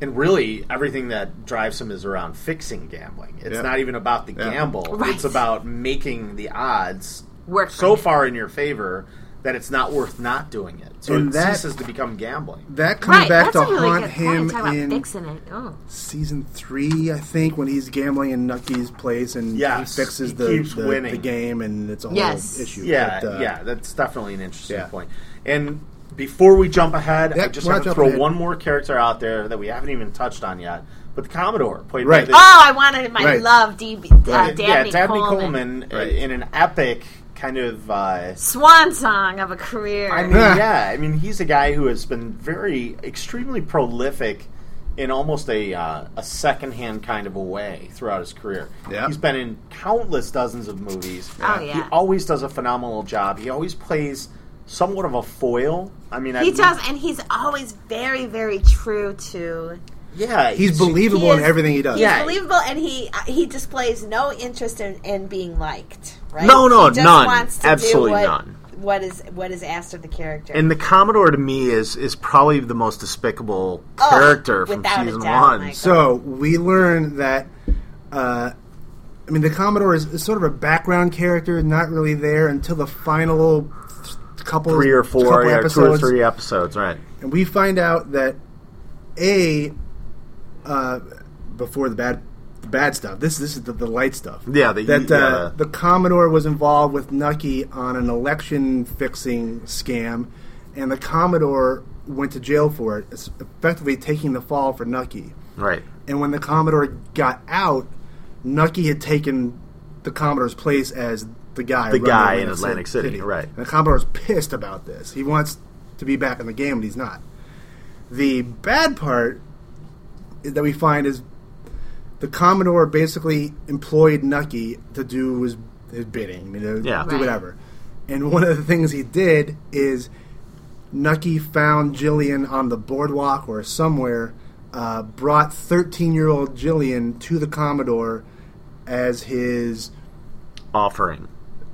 [SPEAKER 2] and really everything that drives him is around fixing gambling. It's
[SPEAKER 1] Yeah.
[SPEAKER 2] not even about the
[SPEAKER 1] Yeah.
[SPEAKER 2] gamble.
[SPEAKER 3] Right.
[SPEAKER 2] It's about making the odds
[SPEAKER 3] Work for
[SPEAKER 2] so
[SPEAKER 3] you.
[SPEAKER 2] far in your favor that it's not worth not doing it. So
[SPEAKER 1] And
[SPEAKER 2] it
[SPEAKER 1] that-
[SPEAKER 2] ceases to become gambling.
[SPEAKER 1] That comes
[SPEAKER 3] right.
[SPEAKER 1] back
[SPEAKER 3] That's
[SPEAKER 1] to
[SPEAKER 3] a really
[SPEAKER 1] haunt
[SPEAKER 3] good point.
[SPEAKER 1] him
[SPEAKER 3] Talk about
[SPEAKER 1] in
[SPEAKER 3] fixing it. Oh,
[SPEAKER 1] season three, I think, when he's gambling in Nucky's place and
[SPEAKER 2] Yes,
[SPEAKER 1] he fixes
[SPEAKER 2] he
[SPEAKER 1] the,
[SPEAKER 2] keeps
[SPEAKER 1] the,
[SPEAKER 2] winning.
[SPEAKER 1] the game and it's a whole
[SPEAKER 3] Yes.
[SPEAKER 1] issue.
[SPEAKER 2] Yeah,
[SPEAKER 1] But, uh,
[SPEAKER 2] yeah, that's definitely an interesting
[SPEAKER 1] yeah.
[SPEAKER 2] point. And before we jump ahead, I
[SPEAKER 1] Yep,
[SPEAKER 2] just
[SPEAKER 1] we're
[SPEAKER 2] want
[SPEAKER 1] not
[SPEAKER 2] to throw
[SPEAKER 1] jumping ahead.
[SPEAKER 2] one more character out there that we haven't even touched on yet. But the Commodore, played
[SPEAKER 1] Right.
[SPEAKER 2] by the,
[SPEAKER 3] oh, I wanted my
[SPEAKER 1] Right.
[SPEAKER 3] love, D- uh,
[SPEAKER 1] Right.
[SPEAKER 3] Dabney,
[SPEAKER 2] yeah, Dabney
[SPEAKER 3] Coleman.
[SPEAKER 2] Coleman, uh,
[SPEAKER 1] Right.
[SPEAKER 2] in an epic kind of. Uh,
[SPEAKER 3] swan song of a career.
[SPEAKER 2] I
[SPEAKER 5] *laughs*
[SPEAKER 2] mean, yeah, I mean, he's a guy who has been very extremely prolific in almost a uh, a secondhand kind of a way throughout his career.
[SPEAKER 1] Yeah.
[SPEAKER 2] he's been in countless dozens of movies.
[SPEAKER 3] Oh,
[SPEAKER 2] He
[SPEAKER 3] yeah.
[SPEAKER 2] always does a phenomenal job. He always plays somewhat of a foil. I mean, I
[SPEAKER 3] he does, and he's always very, very true to
[SPEAKER 2] Yeah,
[SPEAKER 1] He's believable
[SPEAKER 3] He
[SPEAKER 1] in
[SPEAKER 3] is-
[SPEAKER 1] everything he does.
[SPEAKER 3] He's
[SPEAKER 2] Yeah.
[SPEAKER 3] believable, and he uh, he displays no interest in, in being liked. Right?
[SPEAKER 5] No, no,
[SPEAKER 3] He just
[SPEAKER 5] none.
[SPEAKER 3] wants to
[SPEAKER 5] Absolutely
[SPEAKER 3] do what,
[SPEAKER 5] none.
[SPEAKER 3] What is what is asked of the character?
[SPEAKER 5] And the Commodore to me is is probably the most despicable
[SPEAKER 3] Oh,
[SPEAKER 5] character from
[SPEAKER 3] without a
[SPEAKER 5] season
[SPEAKER 3] doubt,
[SPEAKER 5] one.
[SPEAKER 3] Mike.
[SPEAKER 1] So we learn that, uh, I mean, the Commodore is, is sort of a background character, not really there until the final couple,
[SPEAKER 5] Three or four,
[SPEAKER 1] couple
[SPEAKER 5] yeah, two or
[SPEAKER 1] episodes,
[SPEAKER 5] three episodes, right?
[SPEAKER 1] and we find out that a uh, before the bad the bad stuff. This this is the, the light stuff.
[SPEAKER 5] Yeah, the- E,
[SPEAKER 1] that
[SPEAKER 5] yeah,
[SPEAKER 1] uh,
[SPEAKER 5] the-
[SPEAKER 1] the Commodore was involved with Nucky on an election fixing scam, and the Commodore went to jail for it, es- effectively taking the fall for Nucky.
[SPEAKER 5] Right.
[SPEAKER 1] And when the Commodore got out, Nucky had taken the Commodore's place as the guy,
[SPEAKER 5] The
[SPEAKER 1] running
[SPEAKER 5] guy in Atlantic City, right.
[SPEAKER 1] And the Commodore's pissed about this. He wants to be back in the game, but he's not. The bad part that we find is the Commodore basically employed Nucky to do his, his bidding, I mean, to
[SPEAKER 5] Yeah.
[SPEAKER 1] do
[SPEAKER 5] Right.
[SPEAKER 1] whatever. And one of the things he did is Nucky found Jillian on the boardwalk or somewhere, uh, brought 13 year old Jillian to the Commodore as his
[SPEAKER 5] Offering.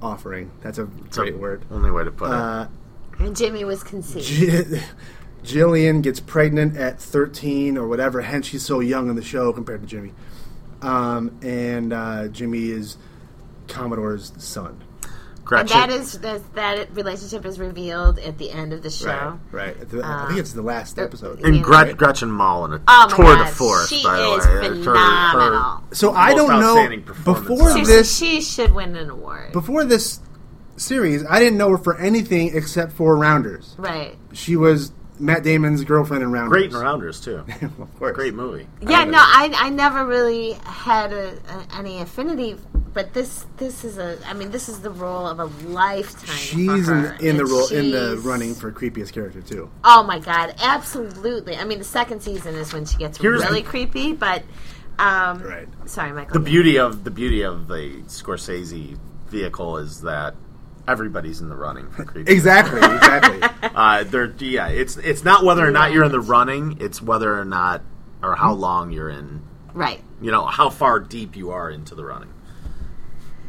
[SPEAKER 1] offering. That's a
[SPEAKER 5] It's
[SPEAKER 1] great
[SPEAKER 5] the
[SPEAKER 1] word.
[SPEAKER 5] Only way to put it.
[SPEAKER 1] Uh,
[SPEAKER 3] And Jimmy was conceived.
[SPEAKER 1] J- *laughs* Jillian gets pregnant at 13 or whatever, hence she's so young in the show compared to Jimmy. Um, and uh, Jimmy is Commodore's son.
[SPEAKER 3] And
[SPEAKER 2] Gretchen.
[SPEAKER 3] that is that, that relationship is revealed at the end of the show.
[SPEAKER 1] Right. At the-
[SPEAKER 3] Ah.
[SPEAKER 1] I think it's the last episode.
[SPEAKER 2] and
[SPEAKER 3] Yeah.
[SPEAKER 2] Gret- Gretchen Mullen, a
[SPEAKER 3] Oh my
[SPEAKER 2] tour de
[SPEAKER 3] God,
[SPEAKER 2] force,
[SPEAKER 3] she
[SPEAKER 2] by the way.
[SPEAKER 3] is
[SPEAKER 2] It's her- her-
[SPEAKER 3] phenomenal.
[SPEAKER 1] So I
[SPEAKER 4] Most
[SPEAKER 1] don't know
[SPEAKER 4] outstanding performance.
[SPEAKER 1] before
[SPEAKER 3] Seriously,
[SPEAKER 1] this
[SPEAKER 3] she should win an award.
[SPEAKER 1] before this series, I didn't know her for anything except for Rounders.
[SPEAKER 3] right.
[SPEAKER 1] She was Matt Damon's girlfriend in Rounders.
[SPEAKER 4] Great in Rounders *laughs* too.
[SPEAKER 1] of course.
[SPEAKER 4] Great movie.
[SPEAKER 3] Yeah, no, I, I never really had a, a, any affinity, but this this is a I mean this is the role of a lifetime.
[SPEAKER 1] She's
[SPEAKER 3] for
[SPEAKER 1] in,
[SPEAKER 3] her,
[SPEAKER 1] in the
[SPEAKER 3] and
[SPEAKER 1] role in the
[SPEAKER 3] she's-
[SPEAKER 1] running for creepiest character too.
[SPEAKER 3] Oh my god, absolutely! I mean the second season is when she gets
[SPEAKER 4] Here's-
[SPEAKER 3] really creepy, but um,
[SPEAKER 1] Right.
[SPEAKER 3] Sorry, Michael.
[SPEAKER 2] The beauty of the beauty of the Scorsese vehicle is that everybody's in the running
[SPEAKER 4] *laughs*
[SPEAKER 2] for creepy.
[SPEAKER 1] Exactly. Exactly.
[SPEAKER 2] Uh, they're, yeah, it's it's not whether or not you're in the running; it's whether or not or
[SPEAKER 4] Mm-hmm.
[SPEAKER 2] how long you're in.
[SPEAKER 3] right.
[SPEAKER 2] You know how far deep you are into the running.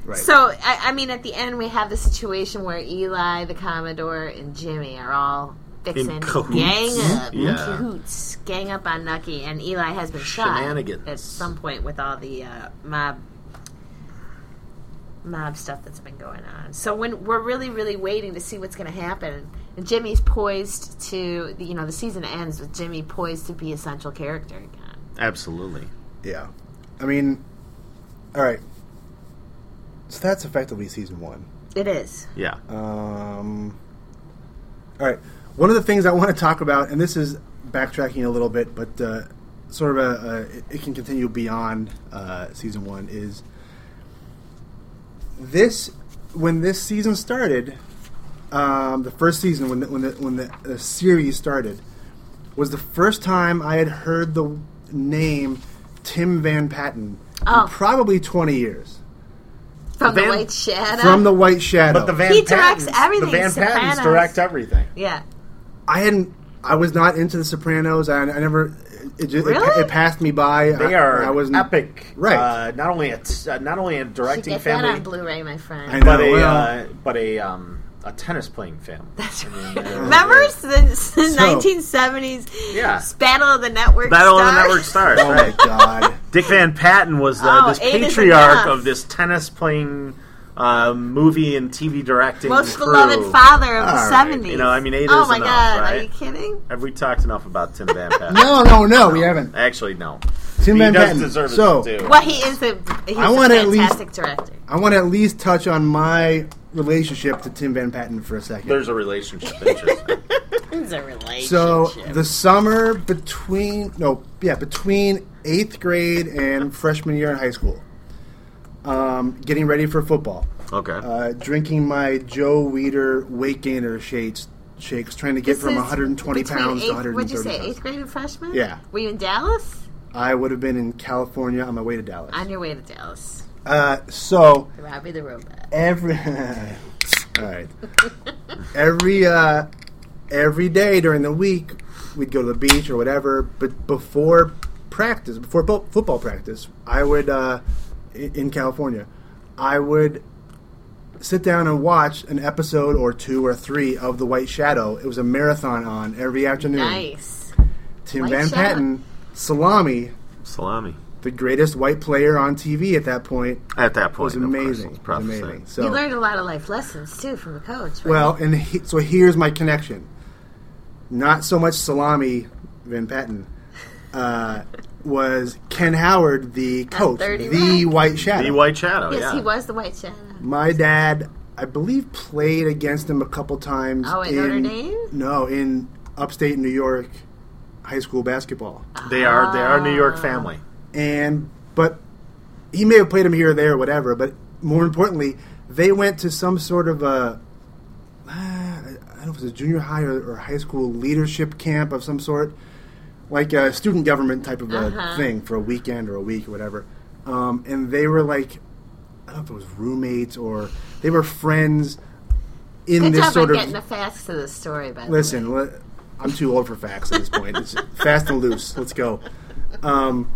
[SPEAKER 1] Right.
[SPEAKER 3] So, I, I mean, at the end, we have the situation where Eli, the Commodore, and Jimmy are all fixing
[SPEAKER 2] In
[SPEAKER 3] to
[SPEAKER 2] cahoots.
[SPEAKER 3] gang up, in
[SPEAKER 2] Yeah.
[SPEAKER 3] cahoots, gang up on Nucky, and Eli has been shot
[SPEAKER 2] Shenanigans.
[SPEAKER 3] at some point with all the uh, mob mob stuff that's been going on. So when we're really, really waiting to see what's going to happen, and Jimmy's poised to, you know, the season ends with Jimmy poised to be a central character again.
[SPEAKER 2] Absolutely.
[SPEAKER 1] yeah. I mean, all right. So that's effectively season one.
[SPEAKER 3] It is.
[SPEAKER 2] Yeah.
[SPEAKER 1] Um, all right. One of the things I want to talk about, and this is backtracking a little bit, but uh, sort of a, a it- it can continue beyond uh, season one, is this when this season started, um, the first season when the, when the, when the, the series started was the first time I had heard the name Tim Van Patten
[SPEAKER 3] Oh.
[SPEAKER 1] in probably twenty years
[SPEAKER 3] From the,
[SPEAKER 2] Van-
[SPEAKER 3] White Shadow.
[SPEAKER 1] from the White Shadow.
[SPEAKER 4] But the Van
[SPEAKER 3] He directs
[SPEAKER 4] Pattens-
[SPEAKER 3] everything,
[SPEAKER 4] The Van
[SPEAKER 3] Sopranos.
[SPEAKER 4] Pattens direct everything.
[SPEAKER 3] yeah.
[SPEAKER 1] I hadn't. I was not into The Sopranos. I, I never. It, just, it, pa-
[SPEAKER 3] Really?
[SPEAKER 1] it passed me by.
[SPEAKER 4] They
[SPEAKER 1] I,
[SPEAKER 4] are
[SPEAKER 1] I wasn't-
[SPEAKER 4] epic,
[SPEAKER 1] Right.
[SPEAKER 4] Uh, not only a t- uh, not only a
[SPEAKER 3] You
[SPEAKER 4] directing
[SPEAKER 3] get
[SPEAKER 4] family,
[SPEAKER 3] that on Blu-ray, my friend.
[SPEAKER 1] I know.
[SPEAKER 4] but
[SPEAKER 1] Yeah,
[SPEAKER 4] a
[SPEAKER 1] well.
[SPEAKER 4] uh, but a um, a tennis playing family.
[SPEAKER 3] That's right.
[SPEAKER 4] Yeah.
[SPEAKER 3] Remember the
[SPEAKER 1] So-
[SPEAKER 3] nineteen seventies
[SPEAKER 4] Yeah.
[SPEAKER 3] Battle of the Network
[SPEAKER 2] Battle of the
[SPEAKER 3] Stars?
[SPEAKER 2] Network Stars.
[SPEAKER 1] Oh my
[SPEAKER 2] right.
[SPEAKER 1] god!
[SPEAKER 2] Dick Van Patten was the,
[SPEAKER 3] Oh,
[SPEAKER 2] this
[SPEAKER 3] eight is
[SPEAKER 2] patriarch
[SPEAKER 3] enough.
[SPEAKER 2] of this tennis playing uh, movie and TV
[SPEAKER 3] *laughs*
[SPEAKER 2] directing
[SPEAKER 3] Most
[SPEAKER 2] crew.
[SPEAKER 3] beloved father of the
[SPEAKER 1] All right.
[SPEAKER 3] seventies.
[SPEAKER 2] You know, I mean, eight
[SPEAKER 3] oh
[SPEAKER 2] is
[SPEAKER 3] my
[SPEAKER 2] enough,
[SPEAKER 3] god, are
[SPEAKER 2] right?
[SPEAKER 3] you kidding?
[SPEAKER 2] Have we talked enough about Tim
[SPEAKER 3] *laughs*
[SPEAKER 2] Van Patten?
[SPEAKER 1] No, no, no. We haven't.
[SPEAKER 2] Actually, no.
[SPEAKER 1] Tim
[SPEAKER 4] He
[SPEAKER 1] Van
[SPEAKER 4] does
[SPEAKER 1] Patten.
[SPEAKER 4] deserve it
[SPEAKER 1] so
[SPEAKER 4] too.
[SPEAKER 3] Well, he is a he's
[SPEAKER 1] I
[SPEAKER 3] a
[SPEAKER 1] wanna at least-
[SPEAKER 3] fantastic director.
[SPEAKER 1] I want to at least touch on my relationship to Tim Van Patten for a second.
[SPEAKER 2] There's a relationship
[SPEAKER 1] *laughs* Uh,
[SPEAKER 2] interest.
[SPEAKER 3] It's a relationship.
[SPEAKER 1] so the summer between no, yeah, between eighth grade and freshman year in high school, um, getting ready for football.
[SPEAKER 2] okay.
[SPEAKER 1] Uh, drinking my Joe Weeder weight gainer shakes, shakes, trying to get
[SPEAKER 3] This
[SPEAKER 1] from
[SPEAKER 3] is
[SPEAKER 1] 120
[SPEAKER 3] between
[SPEAKER 1] pounds
[SPEAKER 3] eighth,
[SPEAKER 1] to 130
[SPEAKER 3] What'd you say,
[SPEAKER 1] pounds.
[SPEAKER 3] eighth grade and freshman?
[SPEAKER 1] Yeah.
[SPEAKER 3] Were you in Dallas?
[SPEAKER 1] I would have been in California on my way to Dallas.
[SPEAKER 3] On your way to Dallas,
[SPEAKER 1] Uh, so
[SPEAKER 3] Robbie the robot.
[SPEAKER 1] every *laughs* all right, every uh, every day during the week, we'd go to the beach or whatever. But before practice, before fo- football practice, I would uh, i- in California, I would sit down and watch an episode or two or three of The White Shadow. It was a marathon on every afternoon.
[SPEAKER 3] Nice.
[SPEAKER 1] Tim
[SPEAKER 3] White
[SPEAKER 1] Van
[SPEAKER 3] Shadow.
[SPEAKER 1] Patten, Salami,
[SPEAKER 2] Salami.
[SPEAKER 1] the greatest white player on TV at that point.
[SPEAKER 2] At that
[SPEAKER 1] It was
[SPEAKER 2] point, of course,
[SPEAKER 1] amazing.
[SPEAKER 2] it's
[SPEAKER 1] It was
[SPEAKER 2] prophecy.
[SPEAKER 1] amazing.
[SPEAKER 3] You
[SPEAKER 1] So
[SPEAKER 3] learned a lot of life lessons too from the coach. Right?
[SPEAKER 1] well, and he, so here's my connection. Not so much salami, Van Patten, uh, was Ken Howard, the coach,
[SPEAKER 3] 30
[SPEAKER 1] the
[SPEAKER 3] Rock.
[SPEAKER 1] White Shadow.
[SPEAKER 2] The White Shadow.
[SPEAKER 3] yes,
[SPEAKER 2] E yeah.
[SPEAKER 3] he was the White Shadow.
[SPEAKER 1] my dad, I believe, played against him a couple times.
[SPEAKER 3] Oh, at
[SPEAKER 1] in,
[SPEAKER 3] Notre Dame?
[SPEAKER 1] No, in upstate New York high school basketball.
[SPEAKER 2] They are. They are a New York
[SPEAKER 3] uh,
[SPEAKER 2] family.
[SPEAKER 1] and but he may have played him here or there or whatever. But more importantly, they went to some sort of a uh, I don't know if it was a junior high or, or high school leadership camp of some sort, like a student government type of a
[SPEAKER 3] Uh-huh.
[SPEAKER 1] thing for a weekend or a week or whatever. Um, and they were like, I don't know if it was roommates or they were friends in
[SPEAKER 3] Good
[SPEAKER 1] this
[SPEAKER 3] job
[SPEAKER 1] sort
[SPEAKER 3] on
[SPEAKER 1] of
[SPEAKER 3] getting the facts to the story, by the
[SPEAKER 1] Listen, le- I'm too old for facts at this point. It's fast and loose. Let's go. Um,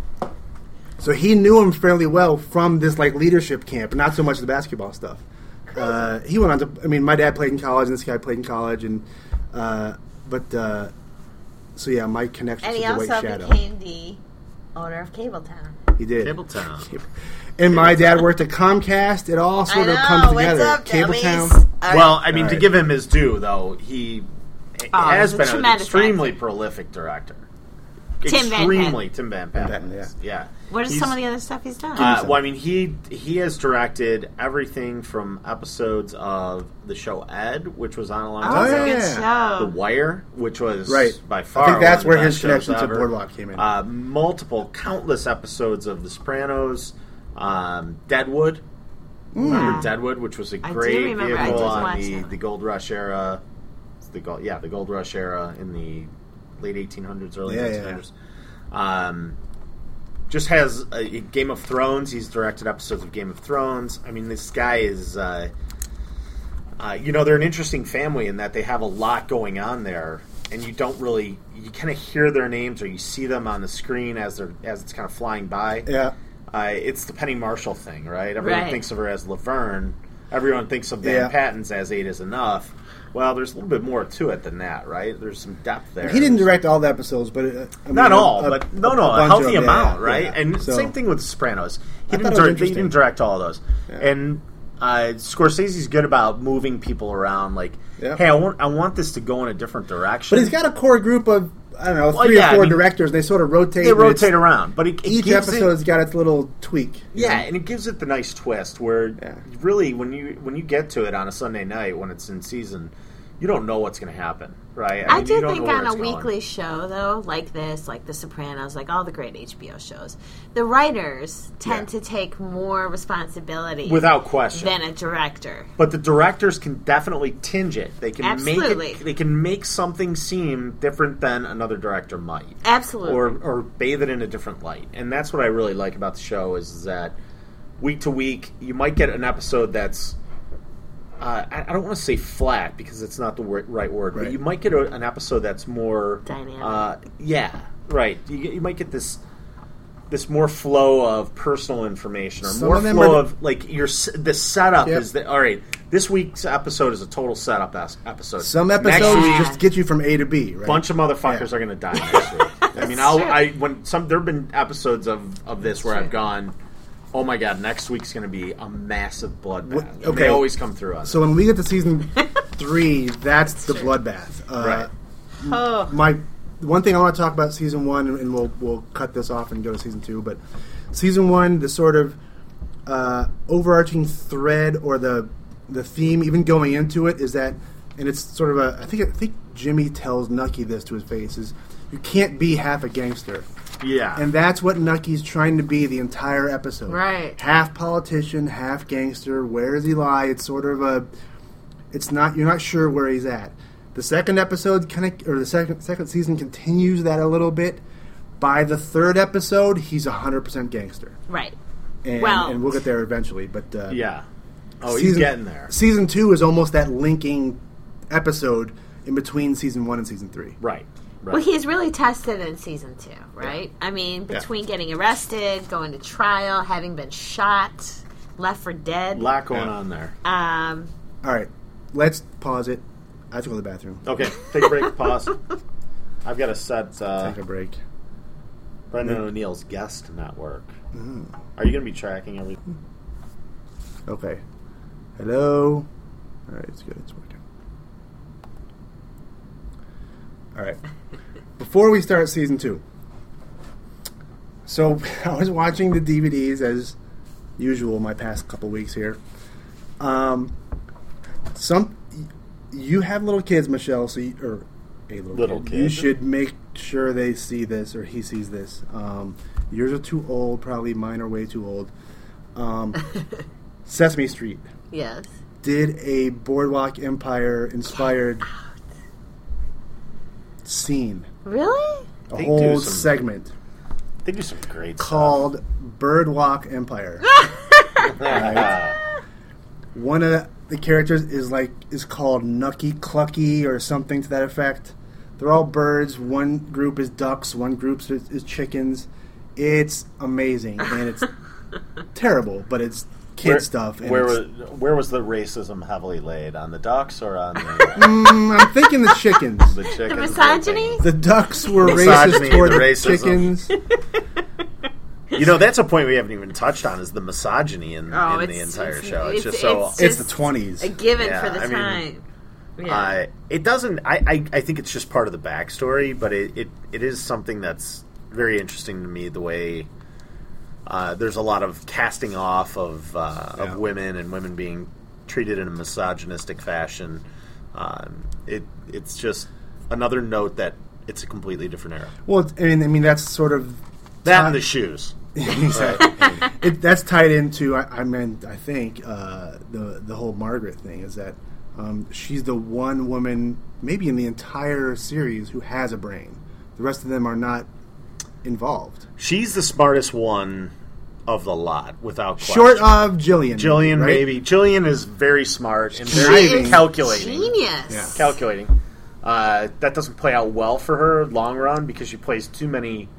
[SPEAKER 1] so he knew him fairly well from this like leadership camp, not so much the basketball stuff. Uh, he went on to. I mean, my dad played in college, and this guy played in college, and uh, but uh, So yeah, my connection
[SPEAKER 3] And
[SPEAKER 1] to
[SPEAKER 3] he
[SPEAKER 1] the White
[SPEAKER 3] also
[SPEAKER 1] Shadow.
[SPEAKER 3] became the owner of Cabletown.
[SPEAKER 1] he did.
[SPEAKER 6] Cabletown.
[SPEAKER 1] And my dad worked at Comcast. It all
[SPEAKER 3] I
[SPEAKER 1] sort of
[SPEAKER 3] know.
[SPEAKER 1] comes
[SPEAKER 3] What's
[SPEAKER 1] together.
[SPEAKER 3] up,
[SPEAKER 1] Cabletown.
[SPEAKER 3] dummies? All
[SPEAKER 2] Well, I mean, to
[SPEAKER 1] Alright.
[SPEAKER 2] give him his due, though, he
[SPEAKER 3] Oh,
[SPEAKER 2] has
[SPEAKER 3] he's a
[SPEAKER 2] been an
[SPEAKER 3] tremendous
[SPEAKER 2] extremely prolific director.
[SPEAKER 3] Tim Van
[SPEAKER 2] extremely Tim Van
[SPEAKER 1] Patten,
[SPEAKER 2] Patten.
[SPEAKER 1] yeah.
[SPEAKER 2] is, Yeah.
[SPEAKER 3] What is
[SPEAKER 2] He's-
[SPEAKER 3] some of the other stuff he's done?
[SPEAKER 2] Uh, well, I mean, he he has directed everything from episodes of the show Ed, which was on a long
[SPEAKER 3] oh,
[SPEAKER 2] time
[SPEAKER 3] it's
[SPEAKER 2] ago.
[SPEAKER 1] yeah.
[SPEAKER 3] a good show.
[SPEAKER 2] The Wire, which was
[SPEAKER 1] Right. I
[SPEAKER 2] by
[SPEAKER 1] think
[SPEAKER 2] far.
[SPEAKER 1] that's
[SPEAKER 2] one
[SPEAKER 1] where
[SPEAKER 2] of the
[SPEAKER 1] his
[SPEAKER 2] best
[SPEAKER 1] connection
[SPEAKER 2] shows
[SPEAKER 1] to
[SPEAKER 2] ever.
[SPEAKER 1] Boardwalk came in.
[SPEAKER 2] Uh, multiple, countless episodes of The Sopranos, um, Deadwood.
[SPEAKER 1] Hmm.
[SPEAKER 2] Remember Deadwood, which was a
[SPEAKER 3] I do
[SPEAKER 2] great
[SPEAKER 3] remember. I
[SPEAKER 2] vehicle
[SPEAKER 3] did
[SPEAKER 2] on
[SPEAKER 3] watch
[SPEAKER 2] the,
[SPEAKER 3] that one.
[SPEAKER 2] the Gold Rush era. It's the gold, yeah, the Gold Rush era in the late 1800s, early
[SPEAKER 1] Yeah, yeah,
[SPEAKER 2] 1900s. Um, just has uh, Game of Thrones. He's directed episodes of Game of Thrones. I mean, this guy is. Uh, uh, you know they're an interesting family in that they have a lot going on there and you don't really you kind of hear their names or you see them on the screen as they're as it's kind of flying by
[SPEAKER 1] Yeah.
[SPEAKER 2] uh, it's the penny marshall thing right everyone
[SPEAKER 3] Right.
[SPEAKER 2] thinks of her as laverne everyone thinks of dan
[SPEAKER 1] Yeah.
[SPEAKER 2] patton's as eight is enough well there's a little bit more to it than that right there's some depth there
[SPEAKER 1] He didn't direct all the episodes, but uh, I mean,
[SPEAKER 2] not
[SPEAKER 1] a-
[SPEAKER 2] all,
[SPEAKER 1] a-
[SPEAKER 2] but no,
[SPEAKER 1] a
[SPEAKER 2] no, a,
[SPEAKER 1] bunch of
[SPEAKER 2] healthy
[SPEAKER 1] them,
[SPEAKER 2] amount,
[SPEAKER 1] yeah,
[SPEAKER 2] right?
[SPEAKER 1] yeah.
[SPEAKER 2] And
[SPEAKER 1] So-
[SPEAKER 2] same thing with Sopranos. He
[SPEAKER 1] I
[SPEAKER 2] didn't,
[SPEAKER 1] thought it was
[SPEAKER 2] direct, he
[SPEAKER 1] interesting.
[SPEAKER 2] didn't direct all those.
[SPEAKER 1] Yeah.
[SPEAKER 2] And uh, Scorsese's good about moving people around. Like,
[SPEAKER 1] Yeah.
[SPEAKER 2] hey, I want, I want this to go in a different direction.
[SPEAKER 1] But he's got a core group of I don't know
[SPEAKER 2] Well,
[SPEAKER 1] three
[SPEAKER 2] yeah, I
[SPEAKER 1] or four
[SPEAKER 2] mean,
[SPEAKER 1] directors. They sort of rotate.
[SPEAKER 2] they
[SPEAKER 1] and it's-
[SPEAKER 2] rotate around, but it, it
[SPEAKER 1] Each
[SPEAKER 2] gives it-
[SPEAKER 1] episode's got its little tweak. you
[SPEAKER 2] yeah,
[SPEAKER 1] know?
[SPEAKER 2] and it gives it the nice twist where
[SPEAKER 1] Yeah.
[SPEAKER 2] really when you when you get to it on a Sunday night when it's in season, you don't know what's going to happen, right?
[SPEAKER 3] I
[SPEAKER 2] mean, you
[SPEAKER 3] do
[SPEAKER 2] don't
[SPEAKER 3] think
[SPEAKER 2] know where
[SPEAKER 3] on a
[SPEAKER 2] it's going.
[SPEAKER 3] weekly show, though, like this, like The Sopranos, like all the great HBO shows, the writers tend to take more responsibility
[SPEAKER 2] without question
[SPEAKER 3] than a director.
[SPEAKER 2] but the directors can definitely tinge it. They can
[SPEAKER 3] Absolutely.
[SPEAKER 2] make it. They can make something seem different than another director might,
[SPEAKER 3] Absolutely.
[SPEAKER 2] or or bathe it in a different light. And that's what I really like about the show is that week to week you might get an episode that's. Uh, I, I don't want to say flat because it's not the wor- right word,
[SPEAKER 1] Right.
[SPEAKER 2] but you might get a, an episode that's more
[SPEAKER 3] Dynamic.
[SPEAKER 2] Uh, yeah, right. You, get- you might get this this more flow of personal information or
[SPEAKER 1] Some
[SPEAKER 2] more
[SPEAKER 1] of them
[SPEAKER 2] flow
[SPEAKER 1] are-
[SPEAKER 2] of like your s- the setup
[SPEAKER 1] Yep.
[SPEAKER 2] is that all right this week's episode is a total setup es- episode
[SPEAKER 1] Some
[SPEAKER 2] Next
[SPEAKER 1] episodes
[SPEAKER 2] week,
[SPEAKER 1] just get you from A to B. Right.
[SPEAKER 2] a bunch of motherfuckers
[SPEAKER 1] Yeah.
[SPEAKER 2] are gonna die next week i mean I'll,
[SPEAKER 3] true.
[SPEAKER 2] i when some there have been episodes of of this where
[SPEAKER 3] That's
[SPEAKER 2] i've
[SPEAKER 3] true.
[SPEAKER 2] gone oh my god next week's gonna be a massive bloodbath
[SPEAKER 1] What-
[SPEAKER 2] And
[SPEAKER 1] okay.
[SPEAKER 2] they always come through on
[SPEAKER 1] So uh, when we get to
[SPEAKER 2] *laughs*
[SPEAKER 1] season three, that's the bloodbath. Uh,
[SPEAKER 2] Right.
[SPEAKER 3] oh,
[SPEAKER 1] My one thing I want to talk about season one, and we'll we'll cut this off and go to season two. But season one, the sort of uh, overarching thread or the the theme, even going into it, is that, and it's sort of a I think I think Jimmy tells Nucky this to his face is you can't be half a gangster.
[SPEAKER 2] that. yeah
[SPEAKER 1] And that's what Nucky's trying to be the entire episode.
[SPEAKER 3] Right.
[SPEAKER 1] Half politician, half gangster. Where does he lie? It's sort of a. It's not. You're not sure where he's at. The second episode kind of, or the second second season continues that a little bit. By the third episode, he's hundred percent gangster,
[SPEAKER 3] right.
[SPEAKER 1] and,
[SPEAKER 3] Well-
[SPEAKER 1] and we'll get there eventually. But uh,
[SPEAKER 2] yeah oh he's
[SPEAKER 1] Season-
[SPEAKER 2] getting there
[SPEAKER 1] Season two is almost that linking episode in between season one and season three.
[SPEAKER 2] right right
[SPEAKER 3] Well, he's really tested in season two, right? I mean, between getting arrested, going to trial, having been shot, left for dead.
[SPEAKER 2] a lot going
[SPEAKER 1] Yeah.
[SPEAKER 2] on there
[SPEAKER 3] Um,
[SPEAKER 1] All right, let's pause it. I have to go to the bathroom.
[SPEAKER 2] okay take a break pause i've got to set uh,
[SPEAKER 1] Take a break.
[SPEAKER 2] Brendan O'Neill's guest network.
[SPEAKER 1] Mm.
[SPEAKER 2] Are you going to be tracking everything?
[SPEAKER 1] Okay. Hello. All right, it's good. It's working. All right. *laughs* Before we start season two, so *laughs* I was watching the DVDs as usual my past couple weeks here. Um, some you have little kids, Michelle, so you, or a little,
[SPEAKER 2] Little
[SPEAKER 1] kid.
[SPEAKER 2] kid.
[SPEAKER 1] You should make sure they see this or he sees this. Um, yours are too old, probably. Mine are way too old. Um,
[SPEAKER 2] *laughs*
[SPEAKER 1] Sesame Street
[SPEAKER 3] yes.
[SPEAKER 1] did a Boardwalk Empire inspired scene,
[SPEAKER 3] Really?
[SPEAKER 1] a
[SPEAKER 2] They do
[SPEAKER 1] whole
[SPEAKER 2] some-
[SPEAKER 1] segment
[SPEAKER 2] They do some great
[SPEAKER 1] called Birdwalk
[SPEAKER 2] *laughs*
[SPEAKER 1] Empire.
[SPEAKER 2] stuff. Right.
[SPEAKER 1] One of the characters is like is called Nucky Clucky or something to that effect. They're all birds. One group is ducks. One group
[SPEAKER 2] *laughs*
[SPEAKER 1] is, is chickens. It's amazing and it's terrible, but it's kid stuff. And
[SPEAKER 7] Where
[SPEAKER 1] it's-
[SPEAKER 7] was where was the racism heavily laid on the ducks or on the,
[SPEAKER 1] *laughs* Mm, *laughs* I'm thinking the
[SPEAKER 7] *laughs*
[SPEAKER 1] chickens.
[SPEAKER 7] the chickens?
[SPEAKER 3] The misogyny?
[SPEAKER 1] The ducks were
[SPEAKER 2] Misogyny,
[SPEAKER 1] racist toward
[SPEAKER 2] the
[SPEAKER 1] the,
[SPEAKER 7] *laughs*
[SPEAKER 2] racism.
[SPEAKER 1] chickens.
[SPEAKER 2] You know, that's a point we haven't even touched on is the misogyny in,
[SPEAKER 3] Oh,
[SPEAKER 2] in the
[SPEAKER 3] it's-
[SPEAKER 2] entire
[SPEAKER 3] it's-
[SPEAKER 2] show. It's,
[SPEAKER 3] it's-
[SPEAKER 2] just so.
[SPEAKER 3] it's-
[SPEAKER 1] It's the
[SPEAKER 3] Just-
[SPEAKER 1] twenties.
[SPEAKER 3] A given
[SPEAKER 2] Yeah,
[SPEAKER 3] for the
[SPEAKER 2] I mean,
[SPEAKER 3] time. yeah.
[SPEAKER 2] uh, it doesn't. I, I, I think it's just part of the backstory, but it, it, it is something that's very interesting to me. The way uh, there's a lot of casting off of uh,
[SPEAKER 7] Yeah.
[SPEAKER 2] of women and women being treated in a misogynistic fashion. Um, it it's just another note that it's a completely different era.
[SPEAKER 1] Well, I mean, I mean that's sort of
[SPEAKER 2] That
[SPEAKER 1] Time- *laughs*
[SPEAKER 2] and the shoes.
[SPEAKER 1] it, that's tied into. I, I meant, I think uh, the the whole Margaret thing is that um, she's the one woman, maybe in the entire series, who has a brain. The rest of them are not involved.
[SPEAKER 2] She's the smartest one of the lot, without question.
[SPEAKER 1] Short of Jillian.
[SPEAKER 2] Jillian,
[SPEAKER 1] right?
[SPEAKER 2] maybe. Jillian is very smart and
[SPEAKER 1] She
[SPEAKER 2] very
[SPEAKER 1] is
[SPEAKER 2] calculating.
[SPEAKER 3] Genius.
[SPEAKER 1] Yeah.
[SPEAKER 2] Calculating. Uh, that doesn't play out well for her long run because she plays too many.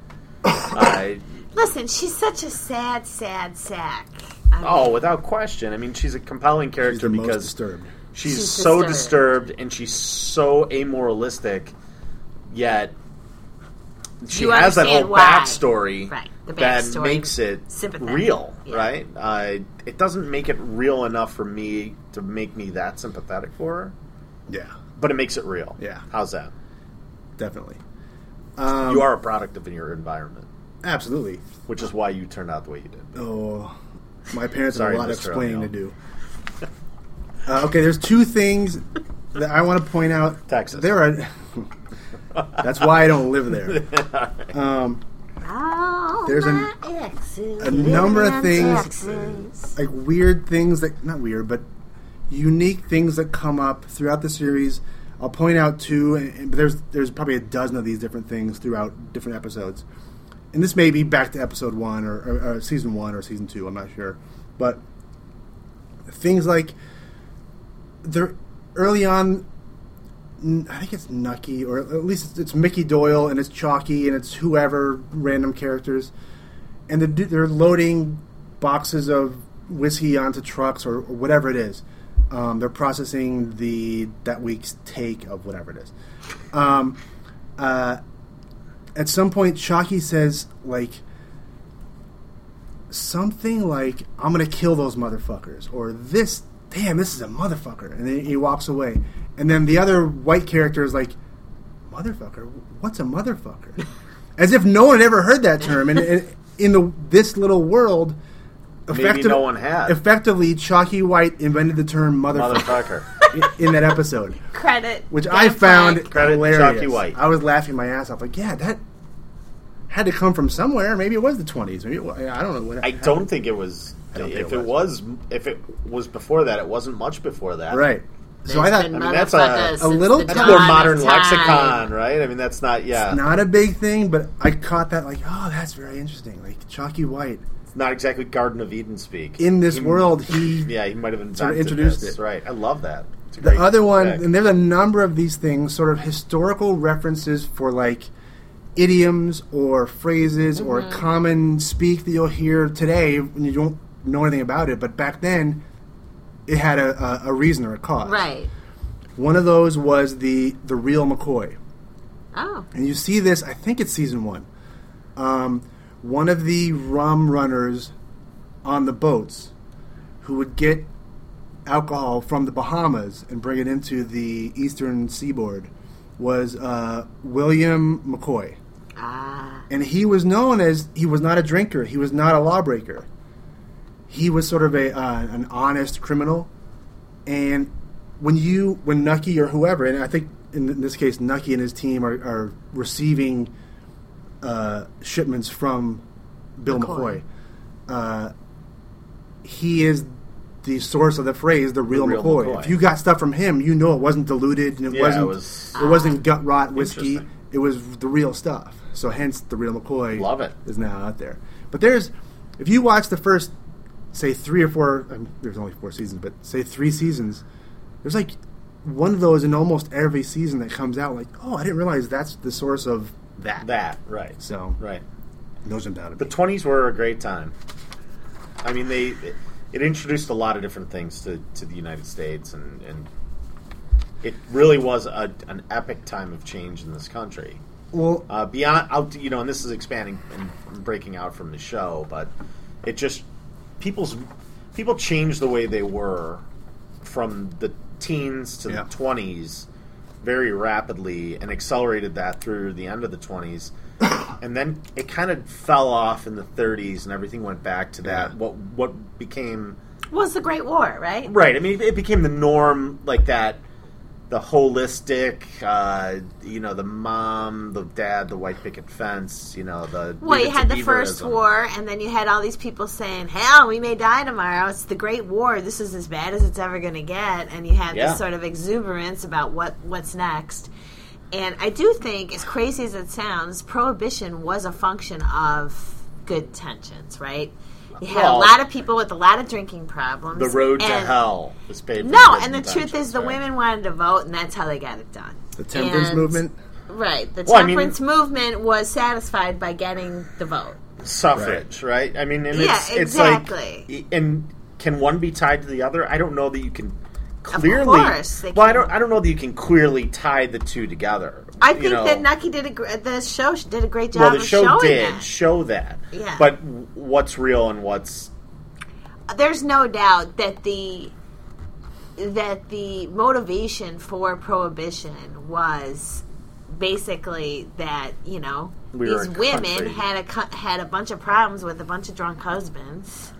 [SPEAKER 2] Uh, *coughs*
[SPEAKER 3] Listen, she's such a sad, sad sack. I mean,
[SPEAKER 2] oh, without question. I mean, she's a compelling
[SPEAKER 1] She's
[SPEAKER 2] character
[SPEAKER 1] the most
[SPEAKER 2] because
[SPEAKER 1] disturbed.
[SPEAKER 2] she's,
[SPEAKER 3] She's
[SPEAKER 2] so
[SPEAKER 3] disturbed.
[SPEAKER 2] disturbed. and she's so amoralistic, yet she
[SPEAKER 3] You
[SPEAKER 2] has that
[SPEAKER 3] understand
[SPEAKER 2] whole
[SPEAKER 3] why.
[SPEAKER 2] backstory,
[SPEAKER 3] Right, the
[SPEAKER 2] that
[SPEAKER 3] backstory
[SPEAKER 2] makes it
[SPEAKER 3] sympathetic.
[SPEAKER 2] real,
[SPEAKER 3] Yeah.
[SPEAKER 2] right? Uh, it doesn't make it real enough for me to make me that sympathetic for her,
[SPEAKER 1] Yeah,
[SPEAKER 2] but it makes it real.
[SPEAKER 1] Yeah.
[SPEAKER 2] How's that?
[SPEAKER 1] definitely. Um,
[SPEAKER 2] you are a product of your environment,
[SPEAKER 1] absolutely.
[SPEAKER 2] which is why you turned out the way you did.
[SPEAKER 1] Oh, my parents
[SPEAKER 2] Sorry,
[SPEAKER 1] have a lot of
[SPEAKER 2] Mr.
[SPEAKER 1] explaining
[SPEAKER 2] O'Neill.
[SPEAKER 1] to do. Uh, okay, there's two things that I want to point out.
[SPEAKER 2] Texas.
[SPEAKER 1] There are. that's why I don't live
[SPEAKER 2] *laughs*
[SPEAKER 1] there. Um,
[SPEAKER 3] all
[SPEAKER 1] there's an-
[SPEAKER 3] my exes
[SPEAKER 1] a number of
[SPEAKER 3] and
[SPEAKER 1] things-
[SPEAKER 3] exes.
[SPEAKER 1] like weird things that not weird, but unique things that come up throughout the series. I'll point out two, and, and there's there's probably a dozen of these different things throughout different episodes. And this may be back to episode one or, or, or season one or season two. I'm not sure, but things like they're early on. n- I think it's Nucky, or at least it's, it's Mickey Doyle, and it's Chalky, and it's whoever random characters and the, they're loading boxes of whiskey onto trucks or, or whatever it is. Um, they're processing the that week's take of whatever it is. Um, uh, at some point, Chalky says like something like "I'm gonna kill those motherfuckers" or "This damn, this is a motherfucker," and then he walks away. And then the other white character is like, "Motherfucker, what's a
[SPEAKER 2] *laughs*
[SPEAKER 1] motherfucker?" As if no one had ever heard that term, and, and in the this little world, effective-
[SPEAKER 2] no one had.
[SPEAKER 1] Effectively, Chalky White invented the term *laughs* motherfucker
[SPEAKER 2] Motherfucker.
[SPEAKER 1] in, in that episode
[SPEAKER 3] Credit.
[SPEAKER 1] which
[SPEAKER 3] Down
[SPEAKER 1] I found
[SPEAKER 3] flag.
[SPEAKER 2] Credit
[SPEAKER 1] hilarious.
[SPEAKER 2] Chalky White.
[SPEAKER 1] I was laughing my ass off. Like, yeah, that had to come from somewhere. Maybe it was the twenties. Maybe it wa- I don't know what.
[SPEAKER 2] I don't think it was.
[SPEAKER 1] I don't think
[SPEAKER 2] if
[SPEAKER 1] it
[SPEAKER 2] it was. if it was before that, it wasn't much before that.
[SPEAKER 1] Right. So I
[SPEAKER 3] There's
[SPEAKER 1] thought
[SPEAKER 3] been
[SPEAKER 2] mean, that's a-
[SPEAKER 3] motherfuckers
[SPEAKER 2] a
[SPEAKER 3] since
[SPEAKER 1] little-
[SPEAKER 3] the
[SPEAKER 1] That's
[SPEAKER 2] That's
[SPEAKER 3] dawn
[SPEAKER 2] more
[SPEAKER 3] of
[SPEAKER 2] modern
[SPEAKER 3] time.
[SPEAKER 2] lexicon, right? I mean, that's not. Yeah,
[SPEAKER 1] it's not a big thing, but I caught that. Like, oh, that's very interesting. Like Chalky White
[SPEAKER 2] it's not exactly Garden of Eden speak.
[SPEAKER 1] in this world, he.
[SPEAKER 2] yeah, he might have invented
[SPEAKER 1] Sort of introduced
[SPEAKER 2] this.
[SPEAKER 1] it.
[SPEAKER 2] Right. I love that. It's a
[SPEAKER 1] The
[SPEAKER 2] great
[SPEAKER 1] other one,
[SPEAKER 2] pick.
[SPEAKER 1] and there's a number of these things, sort of historical references for like idioms or phrases or common speak that you'll hear today when you don't know anything about it. But back then, it had a, a, a reason or a cause.
[SPEAKER 3] Right.
[SPEAKER 1] One of those was the the real McCoy,
[SPEAKER 3] Oh.
[SPEAKER 1] and you see this. I think it's season one. Um, one of the rum runners on the boats who would get alcohol from the Bahamas and bring it into the eastern seaboard was uh, William McCoy,
[SPEAKER 3] Ah.
[SPEAKER 1] and he was known as he was not a drinker. He was not a lawbreaker. He was sort of a uh, an honest criminal, and when you when Nucky or whoever, and I think in this case Nucky and his team are, are receiving uh, shipments from Bill McCoy,
[SPEAKER 3] McCoy.
[SPEAKER 1] Uh, he is the source of the phrase "the real,
[SPEAKER 2] real
[SPEAKER 1] McCoy.
[SPEAKER 2] McCoy.
[SPEAKER 1] If you got stuff from him, you know it wasn't diluted and it
[SPEAKER 2] Yeah, it
[SPEAKER 1] wasn't it,
[SPEAKER 2] was- Ah,
[SPEAKER 1] was, not gut rot whiskey.
[SPEAKER 2] Interesting.
[SPEAKER 1] It was the real stuff. So hence the real McCoy
[SPEAKER 2] Love it.
[SPEAKER 1] is now out there. But there's, if you watch the first, say three or four, I mean, there's only four seasons, but say three seasons, there's like one of those in almost every season that comes out. Like, oh, I didn't realize that's the source of that.
[SPEAKER 2] that right.
[SPEAKER 1] So
[SPEAKER 2] right.
[SPEAKER 1] no jump out of
[SPEAKER 2] The twenties were a great time. I mean, they it introduced a lot of different things to, to the United States, and, and it really was a, an epic time of change in this country.
[SPEAKER 1] Well,
[SPEAKER 2] Uh, beyond, out, you know, and this is expanding and breaking out from the show, but it just people's people changed the way they were from the teens to
[SPEAKER 1] Yeah.
[SPEAKER 2] the twenties very rapidly, and accelerated that through the end of the twenties. And then it kind of fell off in the 30s, and everything went back to that.
[SPEAKER 8] Yeah.
[SPEAKER 2] What what became
[SPEAKER 3] was the Great War, right?
[SPEAKER 2] Right. I mean, it became the norm, like that. The holistic, uh, you know, the mom, the dad, the white picket fence, you know, the.
[SPEAKER 3] Well, you
[SPEAKER 2] leave it
[SPEAKER 3] had
[SPEAKER 2] to
[SPEAKER 3] the First
[SPEAKER 2] beaverism.
[SPEAKER 3] War, and then you had all these people saying, "Hell, we may die tomorrow. It's the Great War. This is as bad as it's ever going to get." And you had
[SPEAKER 2] Yeah.
[SPEAKER 3] this sort of exuberance about what what's next. And I do think, as crazy as it sounds, prohibition was a function of good tensions, right? You had
[SPEAKER 2] Well-
[SPEAKER 3] a lot of people with a lot of drinking problems.
[SPEAKER 2] The road to
[SPEAKER 3] and-
[SPEAKER 2] hell was paved.
[SPEAKER 3] No,
[SPEAKER 2] with
[SPEAKER 3] and the truth
[SPEAKER 2] intentions,
[SPEAKER 3] is, the
[SPEAKER 2] right?
[SPEAKER 3] women wanted to vote, and that's how they got it done.
[SPEAKER 1] the temperance
[SPEAKER 3] And-
[SPEAKER 1] movement.
[SPEAKER 3] Right. The
[SPEAKER 2] Well, I mean-
[SPEAKER 3] temperance movement was satisfied by getting the vote.
[SPEAKER 2] suffrage, right? I mean, and
[SPEAKER 3] Yeah,
[SPEAKER 2] it's,
[SPEAKER 3] exactly.
[SPEAKER 2] It's like, and can one be tied to the other? I don't know that you can clearly.
[SPEAKER 3] course, they
[SPEAKER 2] well, I
[SPEAKER 3] can.
[SPEAKER 2] don't. I don't know that you can clearly tie the two together.
[SPEAKER 3] I
[SPEAKER 2] you
[SPEAKER 3] think
[SPEAKER 2] know?
[SPEAKER 3] that Nucky did a gr- the show sh- did a great job
[SPEAKER 2] Well, the
[SPEAKER 3] of
[SPEAKER 2] show
[SPEAKER 3] showing
[SPEAKER 2] did
[SPEAKER 3] that.
[SPEAKER 2] show that.
[SPEAKER 3] Yeah.
[SPEAKER 2] But w- what's real and what's
[SPEAKER 3] There's no doubt that the that the motivation for prohibition was basically that you know
[SPEAKER 2] We were
[SPEAKER 3] these
[SPEAKER 2] a
[SPEAKER 3] women
[SPEAKER 2] country.
[SPEAKER 3] had a cu- had a bunch of problems with a bunch of drunk husbands.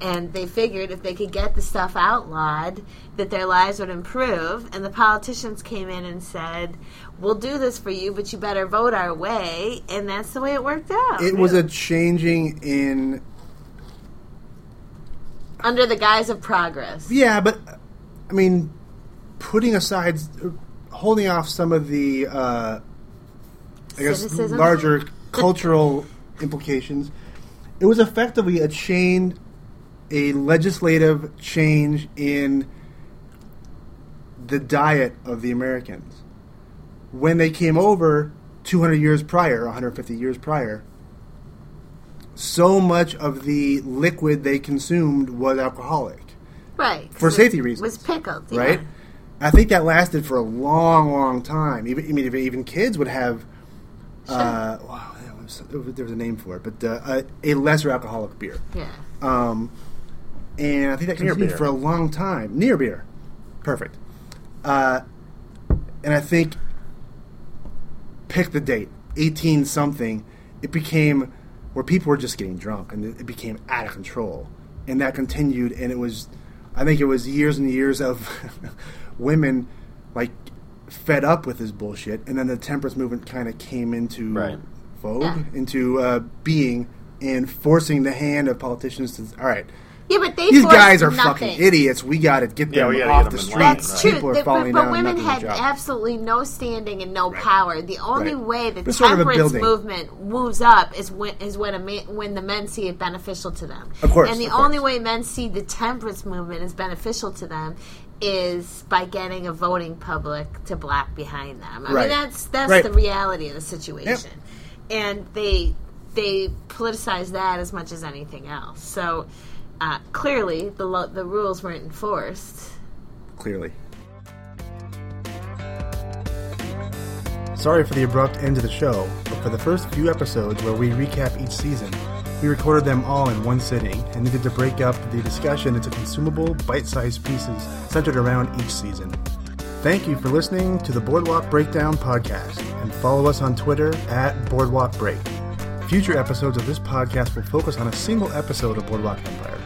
[SPEAKER 3] And they figured if they could get the stuff outlawed, that their lives would improve. And the politicians came in and said, "We'll do this for you, but you better vote our way." And that's the way it worked out.
[SPEAKER 1] It was a changing in
[SPEAKER 3] under the guise of progress.
[SPEAKER 1] Yeah, but I mean, putting aside, holding off some of the, uh, I guess,
[SPEAKER 3] Cynicism?
[SPEAKER 1] larger cultural implications, it was effectively a change, a legislative change in the diet of the Americans when they came over 200 years prior, 150 years prior. So much of the liquid they consumed was alcoholic
[SPEAKER 3] Right. 'cause
[SPEAKER 1] For
[SPEAKER 3] it
[SPEAKER 1] safety reasons.
[SPEAKER 3] Was pickled, yeah.
[SPEAKER 1] right? I think that lasted for a long, long time. Even I mean, if even kids would have, uh, wow, there was, there was a name for it, but uh, a, a lesser alcoholic beer,
[SPEAKER 3] Yeah.
[SPEAKER 1] um, and I think that
[SPEAKER 2] Near
[SPEAKER 1] continued
[SPEAKER 2] beer.
[SPEAKER 1] for a long time. Near beer, perfect. Uh, and I think pick the date, eighteen something. It became where people were just getting drunk, and it became out of control, and that continued. And it was, I think, it was years and years of *laughs* women like fed up with this bullshit, and then the temperance movement kind of came into
[SPEAKER 2] Right.
[SPEAKER 1] vogue,
[SPEAKER 3] Yeah.
[SPEAKER 1] into uh, being, and forcing the hand of politicians to all right.
[SPEAKER 3] Yeah, but they
[SPEAKER 1] These
[SPEAKER 3] forced
[SPEAKER 1] guys are
[SPEAKER 3] nothing.
[SPEAKER 1] fucking idiots. We got to get
[SPEAKER 2] Yeah,
[SPEAKER 1] them
[SPEAKER 2] we gotta
[SPEAKER 1] off the
[SPEAKER 2] get them in
[SPEAKER 1] street.
[SPEAKER 2] line,
[SPEAKER 3] That's
[SPEAKER 2] Right.
[SPEAKER 3] true.
[SPEAKER 1] People
[SPEAKER 3] They-
[SPEAKER 1] are falling
[SPEAKER 3] but, but
[SPEAKER 1] down.
[SPEAKER 3] women
[SPEAKER 1] not doing their
[SPEAKER 3] had
[SPEAKER 1] job.
[SPEAKER 3] absolutely no standing and no power. The only
[SPEAKER 1] Right.
[SPEAKER 3] way the
[SPEAKER 1] It's sort of a
[SPEAKER 3] temperance
[SPEAKER 1] building.
[SPEAKER 3] movement moves up is when is when a man, when the men see it beneficial to them.
[SPEAKER 1] Of course,
[SPEAKER 3] And the
[SPEAKER 1] of course.
[SPEAKER 3] only way men see the temperance movement is beneficial to them is by getting a voting public to block behind them. I
[SPEAKER 1] Right.
[SPEAKER 3] mean that's that's
[SPEAKER 1] Right.
[SPEAKER 3] the reality of the situation. And they they politicize that as much as anything else. So uh, clearly the lo- the rules weren't enforced.
[SPEAKER 1] clearly. Sorry for the abrupt end of the show, but for the first few episodes where we recap each season, we recorded them all in one sitting and needed to break up the discussion into consumable, bite sized pieces centered around each season. Thank you for listening to the Boardwalk Breakdown podcast and follow us on Twitter at Boardwalk Break. Future episodes of this podcast will focus on a single episode of Boardwalk Empire.